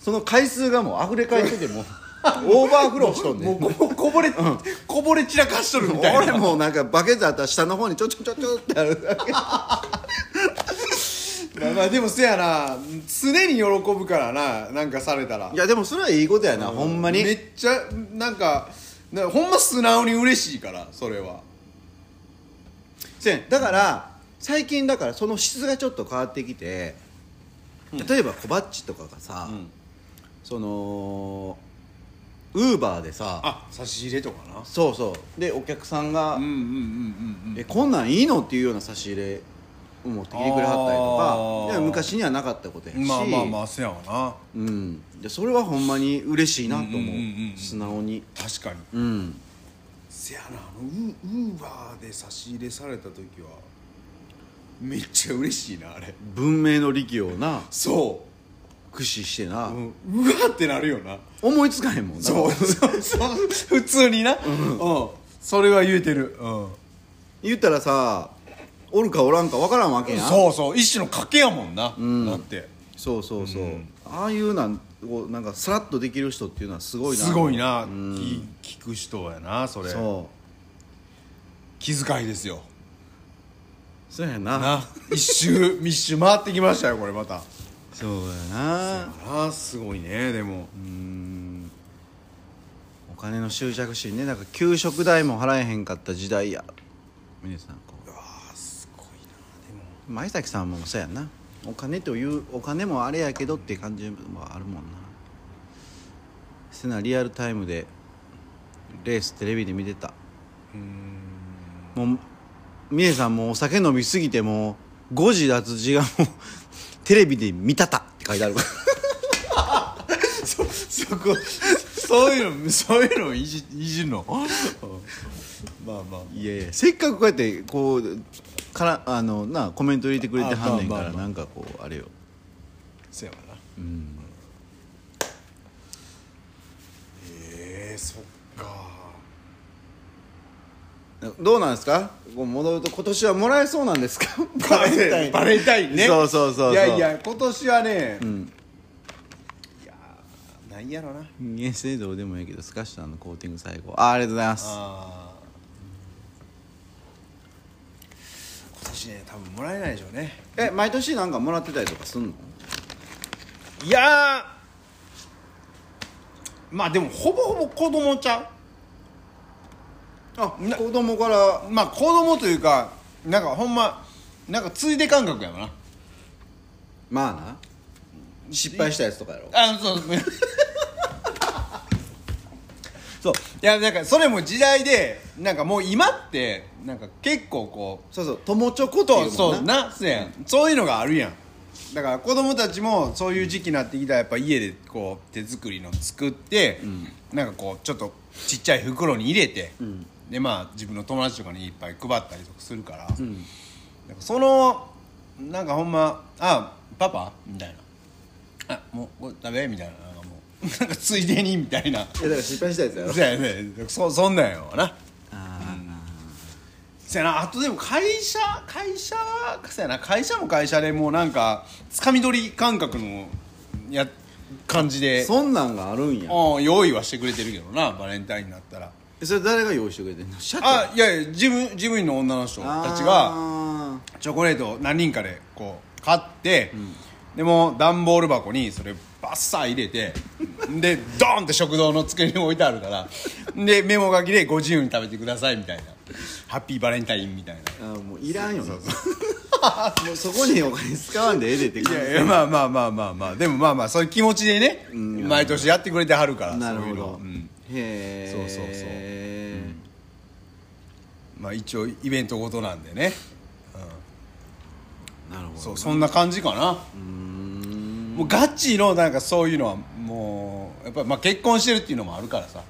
その回数がもう溢れ返っててもう オーバーフローしとんねん
もうここぼれ、こぼれ散らかしとるみたい
俺
な
もうなんかバケツあったら下の方にちょちょちょちょってあるだけ
まあまあでもせやな常に喜ぶからななんかされたら
いやでもそれはいいことやな、ほんま
め
に
っちゃなんかなほんま素直に嬉しいからそれは
せんだから最近だからその質がちょっと変わってきて例えば小バッチとかがさ、そのウーバーでさ
あ差し入れとかな
そうそうでお客さんが、
うんうんうんうん
えこんなんいいのっていうような差し入れを持ってきてくれはったり
あ
と
ー
かいや昔にはなかったことやし、
まあまあまあせやわな
うん、でそれはほんまに嬉しいなと思う,、
うんうんうんうん
素直に
確かに
うん
せやなあのウーウーバーで差し入れされた時はめっちゃ嬉しいなあれ
文明の利器をな
そ
駆使してな、
う、うん、うわってなるよな
思いつかへんもんな
そう そうそう普通になうん、それは言えてるうん
言ったらさおるかおらんかわからんわけやん
そうそう一種の賭けやもんな、
ん
だって
そうそうそう
うん
ああいうなんをなんかさらっとできる人っていうのはすごいな
すごいな、
うん
き聞く人やなそれ
そう
気遣いですよ
そうやな
な一周一周回ってきましたよこれまた
そうやな
あすごいねでも
お金の執着心ねなんか給食代も払えへんかった時代や峰さんこう
ああすごいなでも
前崎さんもそうやんなお金というお金もあれやけどって感じはあるもんなせなリアルタイムでレーステレビで見てたもう峰さんもうお酒飲みすぎてもう5時脱字がもうテレビで見たたって書いてあるから
そそこそういうのそういうのをいじいじんのまあまあ
いやいやせっかくこうやってこうからあのなあコメント入れてくれてはんねんか
あ
ら
まあまあまあ
なんかこうあれよ
そうやわなうんえー、そっか
どうなんですかこう戻ると今年はもらえそうなんですかバレンタイン
バレンタインね
そうそうそうそう
いやいや今年はね、
ん
いやーないやろな
人間性どうでもいいけどスカッシュさんのコーティング最後あありがとうございます
あー今年ね多分もらえないでしょうね
え毎年なんかもらってたりとかすんの
いやーまあでもほぼほぼ子供ちゃ
あ
な
子供から
うまあ子供というかなんかほんまなんかついで感覚やもんな
まあな失敗したやつとかやろ
あそうそういやなんかそれも時代でなんかもう今ってなんか結構こう
そうそう友チョコと
そうそうなそうやんそういうのがあるやんだから子供たちもそういう時期になってきたらやっぱ家でこう手作りの作って、なんかこうちょっとちっちゃい袋に入れて、
ん
でまあ自分の友達とかにいっぱい配ったりとかするから、なんかそのなんかほんま「あパパ?」みたいな「あもうこれ食べ」みたいななんかもう なんかついでにみた いな
やだから失敗したやつやろ
そうやねそそんなんやわな
あ
そやなあとでも会社会社はそやな会社も会社でもうなんかつかみ取り感覚のや感じ
ー
で
そんなんがあるんや
うん用意はしてくれてるけどなバレンタインになったら
それ誰が用意してくれてんの社長
あいやいや事務事務員の女の人たちが
あ
チョコレートを何人かでこう買って、でもう段ボール箱にそれバッサー入れてでドーンって食堂の机に置いてあるからでメモ書きでご自由に食べてくださいみたいなハッピーバレンタインみたいな
ーあーもういらんよな もうそこにお金使わんでええでって
い
感
やいやまあまあまあまあまあでもまあまあそういう気持ちでね、毎年やってくれてはるから
じなる
そうい
ほ
うの
ど
うん
へえ
そうそうそうまあ一応イベントごとなんでね
なるほど
そうそんな感じかなもうガチのなんかそういうのはもうやっぱりまあ結婚してるっていうのもあるからさ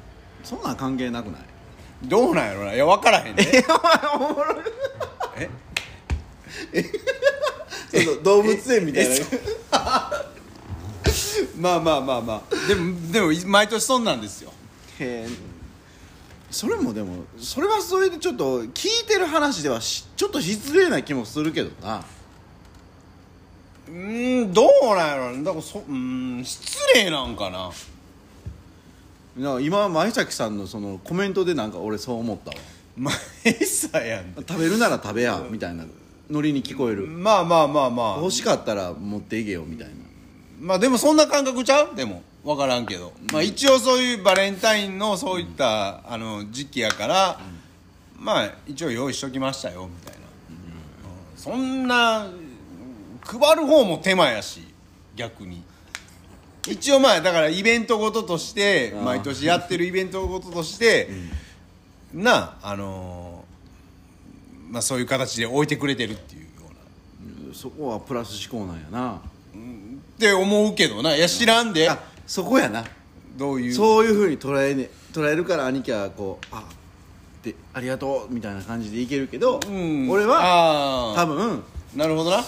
そんなん関係なくない
どうなんやろないや分からへんね
そうそう動物園みたいな
まあまあまあまあでもでも毎年そんなんですよ
へえそれもでもそれはそれでちょっと聞いてる話ではしちょっと失礼な気もするけどな
うーんどうなんやろなだからそうーん失礼なんかな
なんか今前崎さんのそのコメントでなんか俺そう思ったわ
まあえさやん
食べるなら食べやみたいなノリに聞こえる
まあまあまあまあ
欲しかったら持っていけよみたいな
まあでもそんな感覚ちゃうでも分からんけど、まあ、一応そういうバレンタインのそういった、あの時期やから、まあ一応用意しときましたよみたいな、うんそんな配る方も手間やし逆に一応まあだからイベントごととして
あー
毎年やってるイベントごととして、なああのーまあそういう形で置いてくれてるっていうような
そこはプラス思考なんやな
って思うけどないや知らんで
あそこやな
どういう
そういうふうに捉え,、ね、捉えるから兄貴はこうあでありがとうみたいな感じでいけるけど、
うん
俺は
あ
多分
ーなるほどな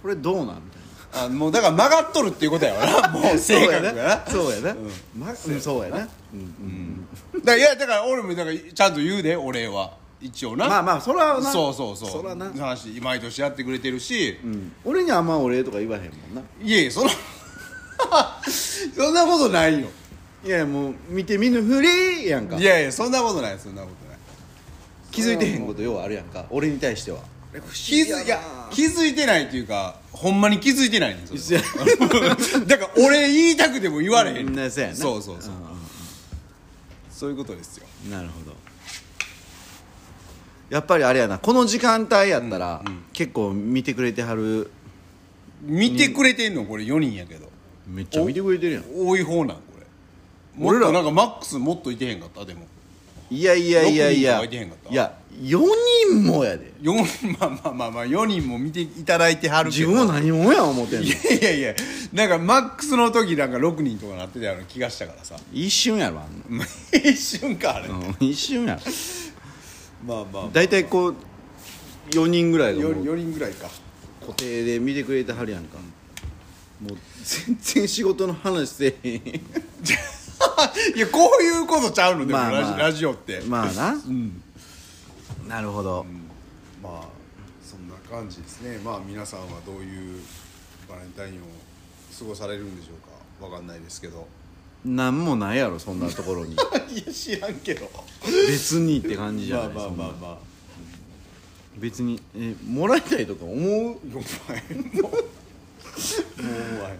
これどうなんみたいな
あもうだから曲がっとるっていうことや わなもう性格がな
そうやなそうやな、まうんそうやな、うん
だからいやだから俺もだからちゃんと言うでお礼は一応な
まあまあそらな
そうそうそう
そらな、
話毎年やってくれてるし、
うん、俺にはあんまお礼とか言わへんもんない
やいやそんな そんなことないよ
いやいやもう見て見ぬふりやんか
いやいやそんなことないそんなことない
気づいてへんことようあるやんか俺に対しては
気づいや気づいてないというかほんまに気づいてないねんそれは だから俺言いたくても言われへん、
うんそうやな
そうそうそうん
ん
そういうことですよ
なるほどやっぱりあれやなこの時間帯やったら、結構見てくれてはる
見てくれてんのこれ4人やけど
めっちゃ見てくれてるやん
多い方なんこれ
俺
俺
ら
らなんかマックスもっといてへんかったでも
いやいやいやいや
六人とかいてへんかった
いや4人もやで
4 まあまあまあまあ4人も見ていただいてはるけ
自
ど
分は何者や思ってんの
いやいやいやなんかマックスの時なんか6人とかなってたような気がしたからさ
一瞬やろあんな
一瞬かあれ、ま
うん一瞬やろ
あまあまあ
大体こう4人ぐらいがもう
4人ぐらいか
固定で見てくれてはるやんか、もう全然仕事の話せえへん
いやこういうことちゃうのでも
まあまあ
ラジラジオって
まあな
うん
なるほど、
まあそんな感じですねまあ皆さんはどういうバレンタインを過ごされるんでしょうかわかんないですけど
なんもないやろそんなところに
いや知らんけど
別にって感じじゃ
ま
な
あ
い、
まあ
そんな
まあまあ
別にえもらいたいとか思う
お前ももうお前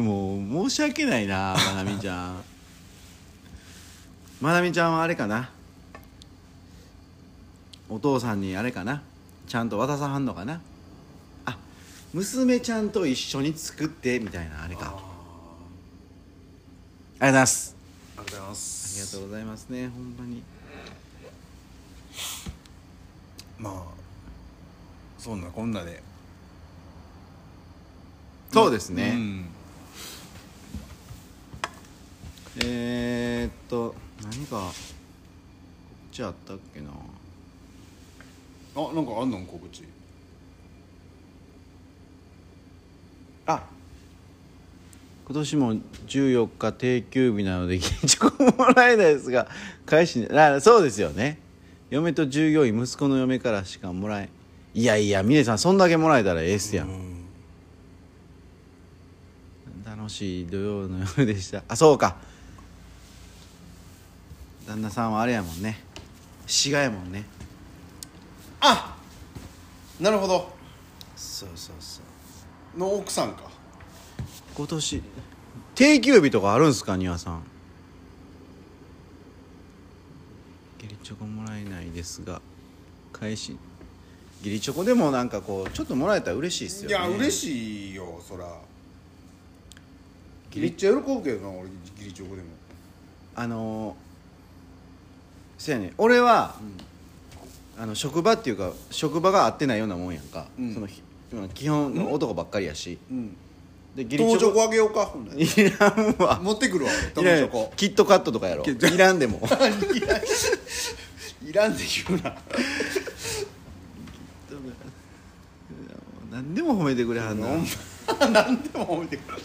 もう申し訳ないなまなみちゃんまなみちゃんはあれかなお父さんにあれかなちゃんと渡さはんのかなあ娘ちゃんと一緒に作ってみたいなあれかありがとうございます
ありがとうござい
あり
ま
がと
す
うございますねほんまに
まあそんなこんなで
そうですね、
うん
えー、っと何かこっちあったっけな
あなんかあんのん告知
あ今年も14日定休日なので現職もらえないですが返しにあそうですよね嫁と従業員息子の嫁からしかもらえいやいや峰さんそんだけもらえたらええっすやん楽しい土曜の夜でしたあそうか旦那さんはあれやもんね滋賀やもんね
あなるほど
そうそうそう
の奥さんか
今年定休日とかあるんすか丹羽さんギリチョコもらえないですが返しギリチョコでもなんかこうちょっともらえたら嬉しいっすよ
い
ね
や嬉
い
しいよそら
ギ
め
リ
っちゃ喜ぶけどな俺ギリチョコでも
あのーせやね俺は、あの職場っていうか職場が合ってないようなもんやんか、
うん
そのひ基本の男ばっかりやし、
うん
でギリ
友
チ
チョ
ョコ
コあげようかほんなら
いらんわ
持ってくるわ俺
い
友チ
らん
ョコ
キットカットとかやろ
キット
いらんでも
いらんで言うな
何でも褒めてくれはん な
何でも褒めてくる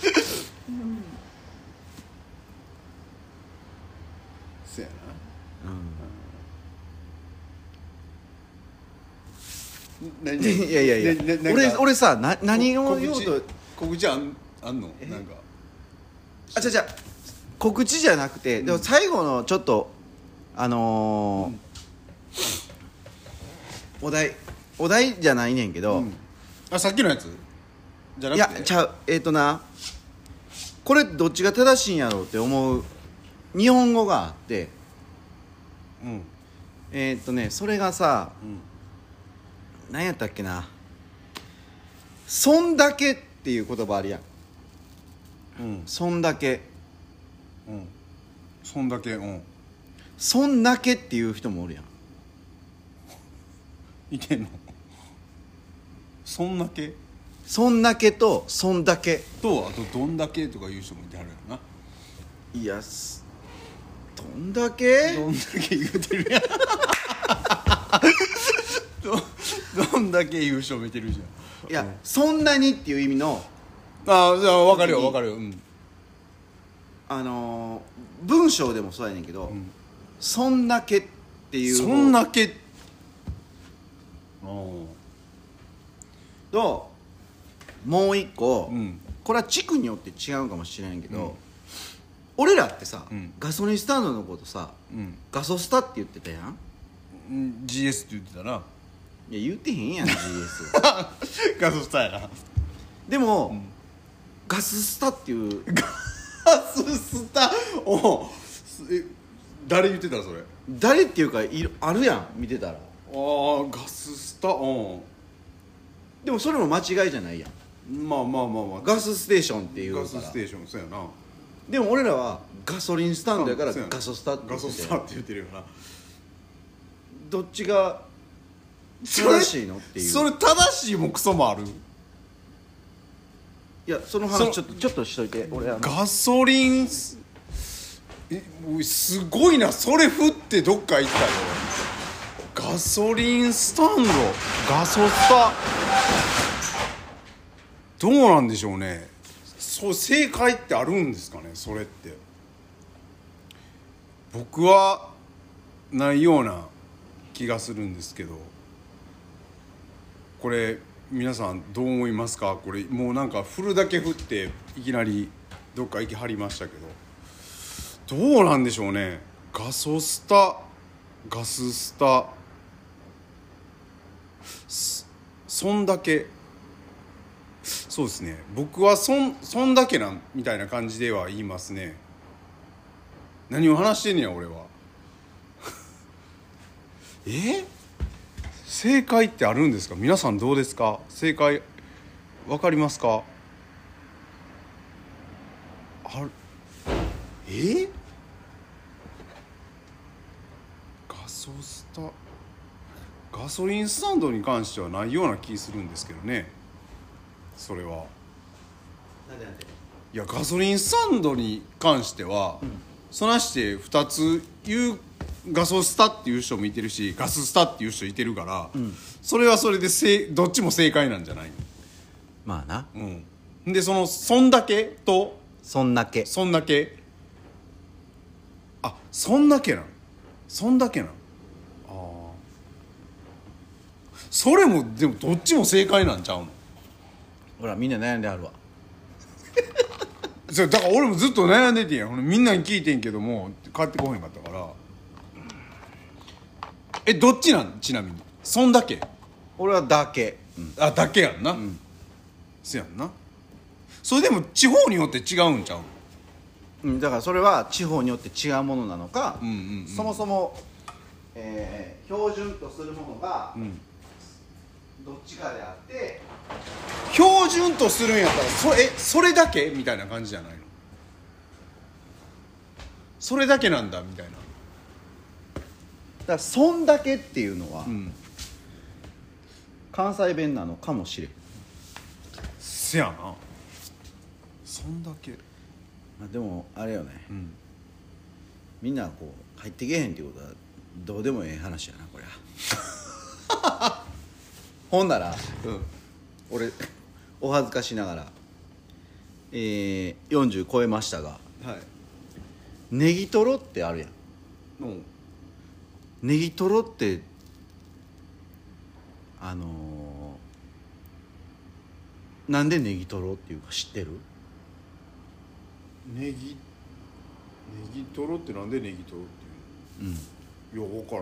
そやな 何
いやいやいや、
なななん
俺
か
俺さな
こ
何を言おう
告知
と
告知あんあんのなんか
あ違う違う告知じゃなくて、でも最後のちょっとあのーお題お題じゃないねんけど、
うんあさっきのやつじゃ
い
な
や
くて
ちゃうえっ、となこれどっちが正しいんやろうって思う日本語があって
うん
えっ、とねそれがさ
うん
何やったっけな「そんだけ」っていう言葉あるやん
うん
「そんだけ」
うんそんだけうん
「そんだけ」っていう人もおるやん
いてんのそんだけ
そんだけとそんだけ
とあとどんだけとか言う人もいてはるやろない
やすどんだけ
どんだけ言うてるやんどどんだけ言う人もいてるじゃん
いやそんなにっていう意味の
ああじゃあ分かるよ分かるようん
あのー文章でもそうやねんけど、
ん
そんだけっていう
そ
方
んだけああ
ともう一個、
うん
これは地区によって違うかもしれんけど、俺らってさ、
うん
ガソリンスタンドのことさ
うん
ガソスタって言ってたやん
うん GS って言ってたな
いや言ってへんやん GS
ガススターやな
でも、ガススタっていう
ガススターおうすえ誰言ってたそれあ
誰っていうかいるあるやん見てたら
あガススターお
でもそれも間違いじゃないやん
うんまあまあまあまあ
ガスステーションっていうか
ガ
ら
スステーションそうやな
でも俺らはガソリンスタンドやから
そうやな
ガソスタって言
ガ
って
ソ
て
スタって言ってるよな
どっちが正しいのっていう
それ正しいもクソもある
いやその
そ
話
の
ちょっとちょっとしといて俺あの
ガソリンスえおいすごいなそれ振ってどっか行ったよガソリンスタンドガソスタどうなんでしょうねそう正解ってあるんですかねそれって僕はないような気がするんですけどこれ皆さんどう思いますかこれもうなんか振るだけ振っていきなりどっか行きはりましたけどどうなんでしょうねガソスタガススタすそんだけそうですね僕はそんそんだけなんみたいな感じでは言いますね何を話してんねや俺は え正解ってあるんですか皆さんどうですか正解わかりますかあるえガソスタガソリンスタンドに関してはないような気するんですけどねそれは。
なんでなんで
いやガソリンスタンドに関しては、そらして2つ言うガソスタっていう人もいてるしガススタっていう人いてるから、それはそれでせいどっちも正解なんじゃない、
まあな
うん、でその「そんだけ」と
そんだ
「
け
そんだけ」あそんだけなんそんだけなんああそれもでもどっちも正解なんちゃうの
ほらみんな悩んであるわ
そうだから俺もずっと悩んでてんやほんでみんなに聞いてんけども買ってこへんかったからえどっちなんちなみにそんだけ
俺はだけ
あだけやんな、せやんなそれでも地方によって違うんちゃう
うんだからそれは地方によって違うものなのか、
んうんうん
そもそも、えー標準とするものが、どっちかであって
標準とするんやったらそえそれだけみたいな感じじゃないのそれだけなんだみたいな
だから「そんだけ」っていうのは、
ん
関西弁なのかもしれん
せやなそんだけ
まあでもあれよね、
ん
みんなこう入ってけへんっていうことはどうでもええ話やなこりゃ ほんなら
うん
俺お恥ずかしながら、えー、40超えましたが
はい
ネギトロってあるやん
うん
ネギトロってあのーなんでネギトロっていうか知ってる
ネギネギトロってなんでネギトロっ
うん
ていうのいや分から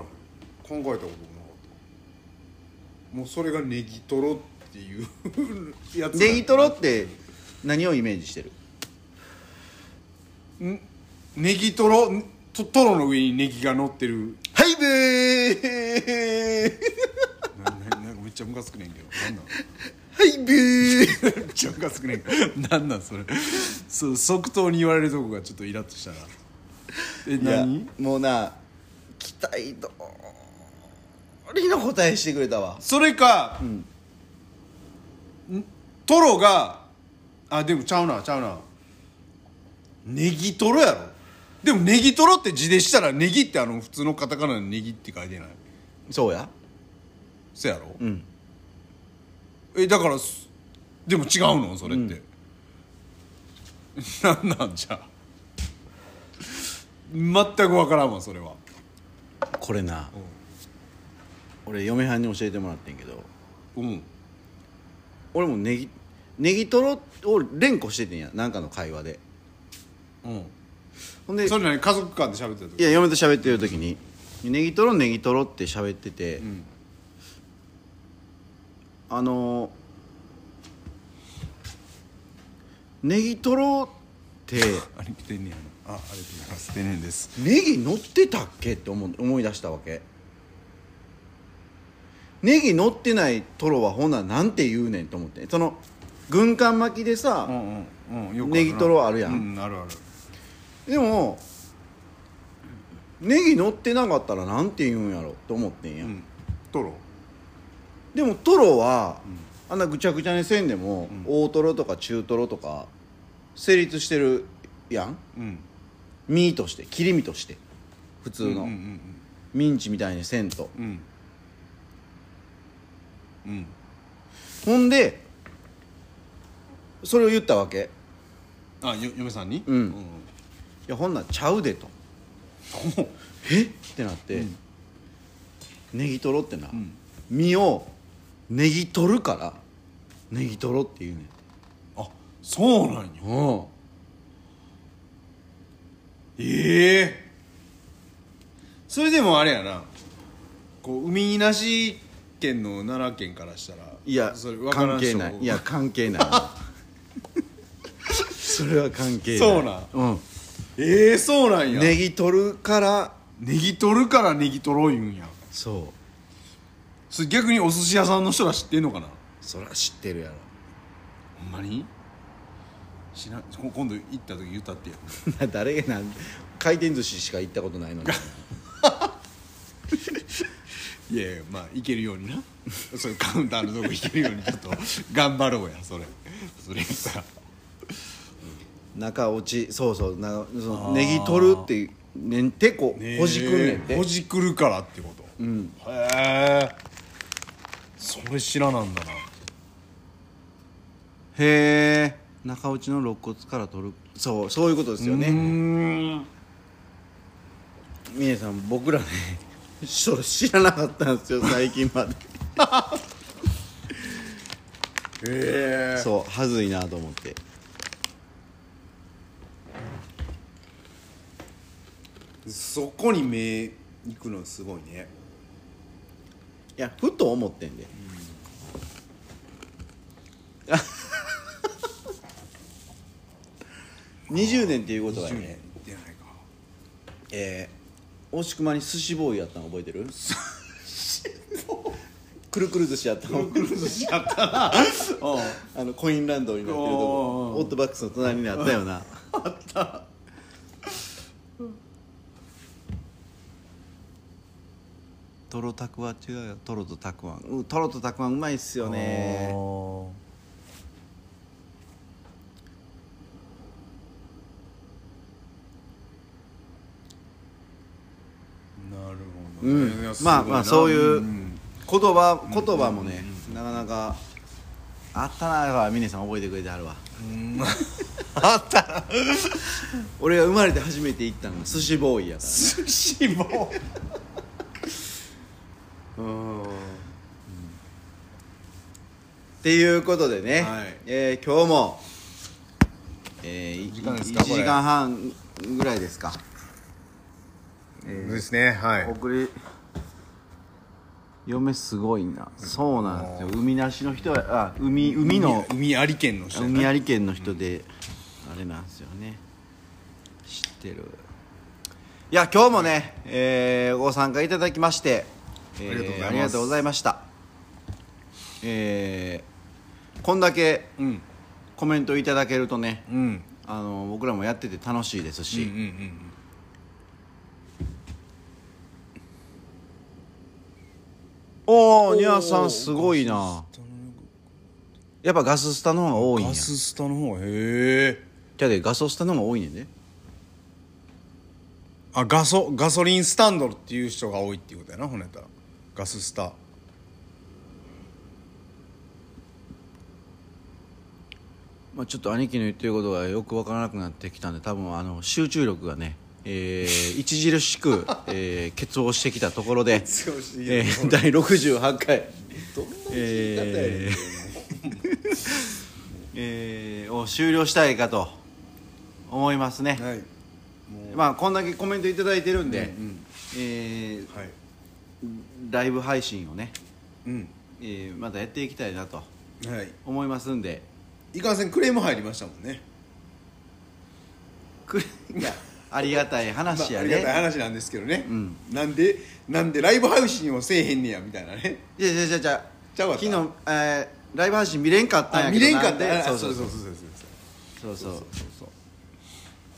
へん考えたこともなかったもうそれがネギトロっていうやつ
ネギトロって何をイメージしてる
んネギトロんとトロの上にネギが乗ってる
はいブー
なななんかめっちゃムカつくねんけどなんなん
はいブー
めっちゃムカつくねんけどなんなんそれそう即答に言われるとこがちょっとイラッとしたなえ
いや
何
もうな期待通りの答えしてくれたわ
それか、んトロがあでもちゃうなちゃうなネギトロやろでもネギトロって字でしたらネギってあの普通のカタカナでネギって書いてない
そうや
そやろ、
うん
えだからすでも違うのそれって、 なんなんじゃあ全く分からんわそれは
これな俺嫁はんに教えてもらってんけど
うん
俺もネギネギトロを連呼しててんやなんかの会話で
うん
ほんで
それ何家族間で喋ってた
い
時
や嫁と喋ってる時に「ネギトロネギトロ」って喋ってて、
ん
あのーネギトロって
あれ来てんねやなあありがとうございます天然です
ネギ乗ってたっけって思う思い出したわけネギ乗ってないトロはほんならなんて言うねんと思ってその軍艦巻きでさ、
うんうんうんよくあるな
ネギトロあるやん
うんあるある
でもネギ乗ってなかったらなんて言うんやろと思ってんや、
うんトロ
でもトロは、あんなぐちゃぐちゃにせんでも、大トロとか中トロとか成立してるやん
うん
身として切り身として普通の、
うんうん
ミンチみたいにせんと
うんうんうん
ほんでそれを言ったわけ
あよ嫁さんに
うんいやほんなんちゃうでと
ほう
えってなって、ネギトロってな、
ん
身をネギ取るからネギトロって言うねん
あそうなんよ
うん
ええそれでもあれやなこう海なし県の奈良県からしたら
いや
それ分か
関
らん
係
人
ないいや関係 ないそれは関係ない
そうなん
うん
ええそうなんや、
ネギ取るから
ネギ取るからネギ取ろう言うんや
そう
それ逆にお寿司屋さんの人ら知ってんのかな
そら知ってるやろ
ほんまに知らんこ今度行った時言ったってや
誰が なん回転寿司しか行ったことない のに
いやいやまあ行けるようにな それカウンターのとこ行けるようにちょっと頑張ろうやそれそれさ
中落ちそうそうなそ
あー
のネギ取るってねんてこ、ほじくんねんて
ほじくるからってこと
うん
へえそれ知らなんだな
へえ中落ちの肋骨から取るそうそういうことですよ
うー
ね
ん
峰さん僕らね それ知らなかったんですよ最近まで
へえ
そうはずいなと思って
そこに目行くのすごいね
いやふと思って んで、20年っていうことは
20年
ね、
行ってないか
えー、大島に寿司ボーイやったの覚えてるくるくる寿司やったの あのコインランドになってるとこ
おー
オートバックスの隣にあったよなトロたくあん違うよトロとたくあんうんトロとたくあんうまいっすよね
なるほど
う
ね、
ん
いやすごい
まあ
な
まあそういう言
うん
葉言葉もね、なかなかあったなあ峰さん覚えてくれてはるわ
あったな
俺が生まれて初めて行ったのが寿司ボーイやか
寿司も
らうんっていうことでね、
はい
えー今日も、えー、
時間ですか
1時間半ぐらいですか
ですねはい
送り嫁すごいな、そうなんですよ海なしの人やあ海海の
海あり県の人やな
海あり県の人で、あれなんですよね知ってるいや今日もね、えーご参加いただきまして、えー
ありがとうございます
ありがとうございましたえーこんだけ
うん
コメントいただけるとね
うんうん
あの僕らもやってて楽しいです
うんう
し、
ん
おおニャーさんすごいなやっぱガススタの方が多いんや
ガススタの方へえ
じゃでガソスタの方が多いねんね
あガソガソリンスタンドっていう人が多いっていうことやなほんやったらガススタ
まあ、ちょっと兄貴の言ってることがよくわからなくなってきたんで多分あの集中力がね、えー 著しく、えー、欠乏してきたところで、え
欠乏してきた
ー、第68回
どんな
えー えーを終了したいかと思いますね、
はい
まあこんだけコメント頂いただいてるんで、
うんうん
えー
はい
ライブ配信をね、
うん
えーまたやっていきたいなと
はい
思いますんで
いかんせんクレーム入りましたもんね
く いやありがたい
ま
話
あ、
や
あ
ね
り、がたい話なんですけどね、
うん
なんでなんでライブ配信をせえへんねやみたいなね
いやいやいやいや
ちゃうわ
昨日、えー、ライブ配信見れんかったんやけど
見れんか
なん
った
で
あ
そうそうそう
そうそう
そうそう
そ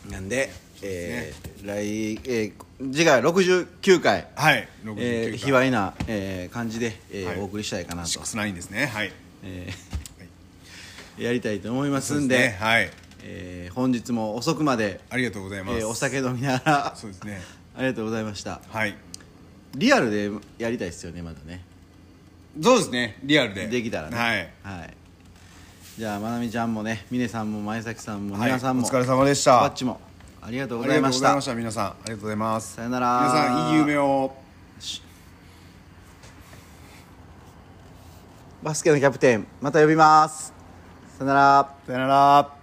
う
なんで、えー来えー、次回69回
はい
えー、卑猥な、えー、感じで、えー
はい
お送りしたいかなと、
69ですねはい
えーやりたいと思いますんで
はい
えー本日も遅くまで、
ありがとうござい
え
ます、
ーお酒飲みながら
そうですね
ありがとうございました
はい
リアルでやりたいですよねまだね
そうですねリアルで
できたらね
はい、
はいじゃあまなみちゃんもね峰さんも前崎さんも
はい
皆さんも、
お疲れ様でした
バッチもありがとうご
あり
ざ
が
い
と
まし
うござい
た
ました皆さんありがとうございます
さよなら
皆さんいい夢を
バスケのキャプテンまた呼びますさよなら
さよなら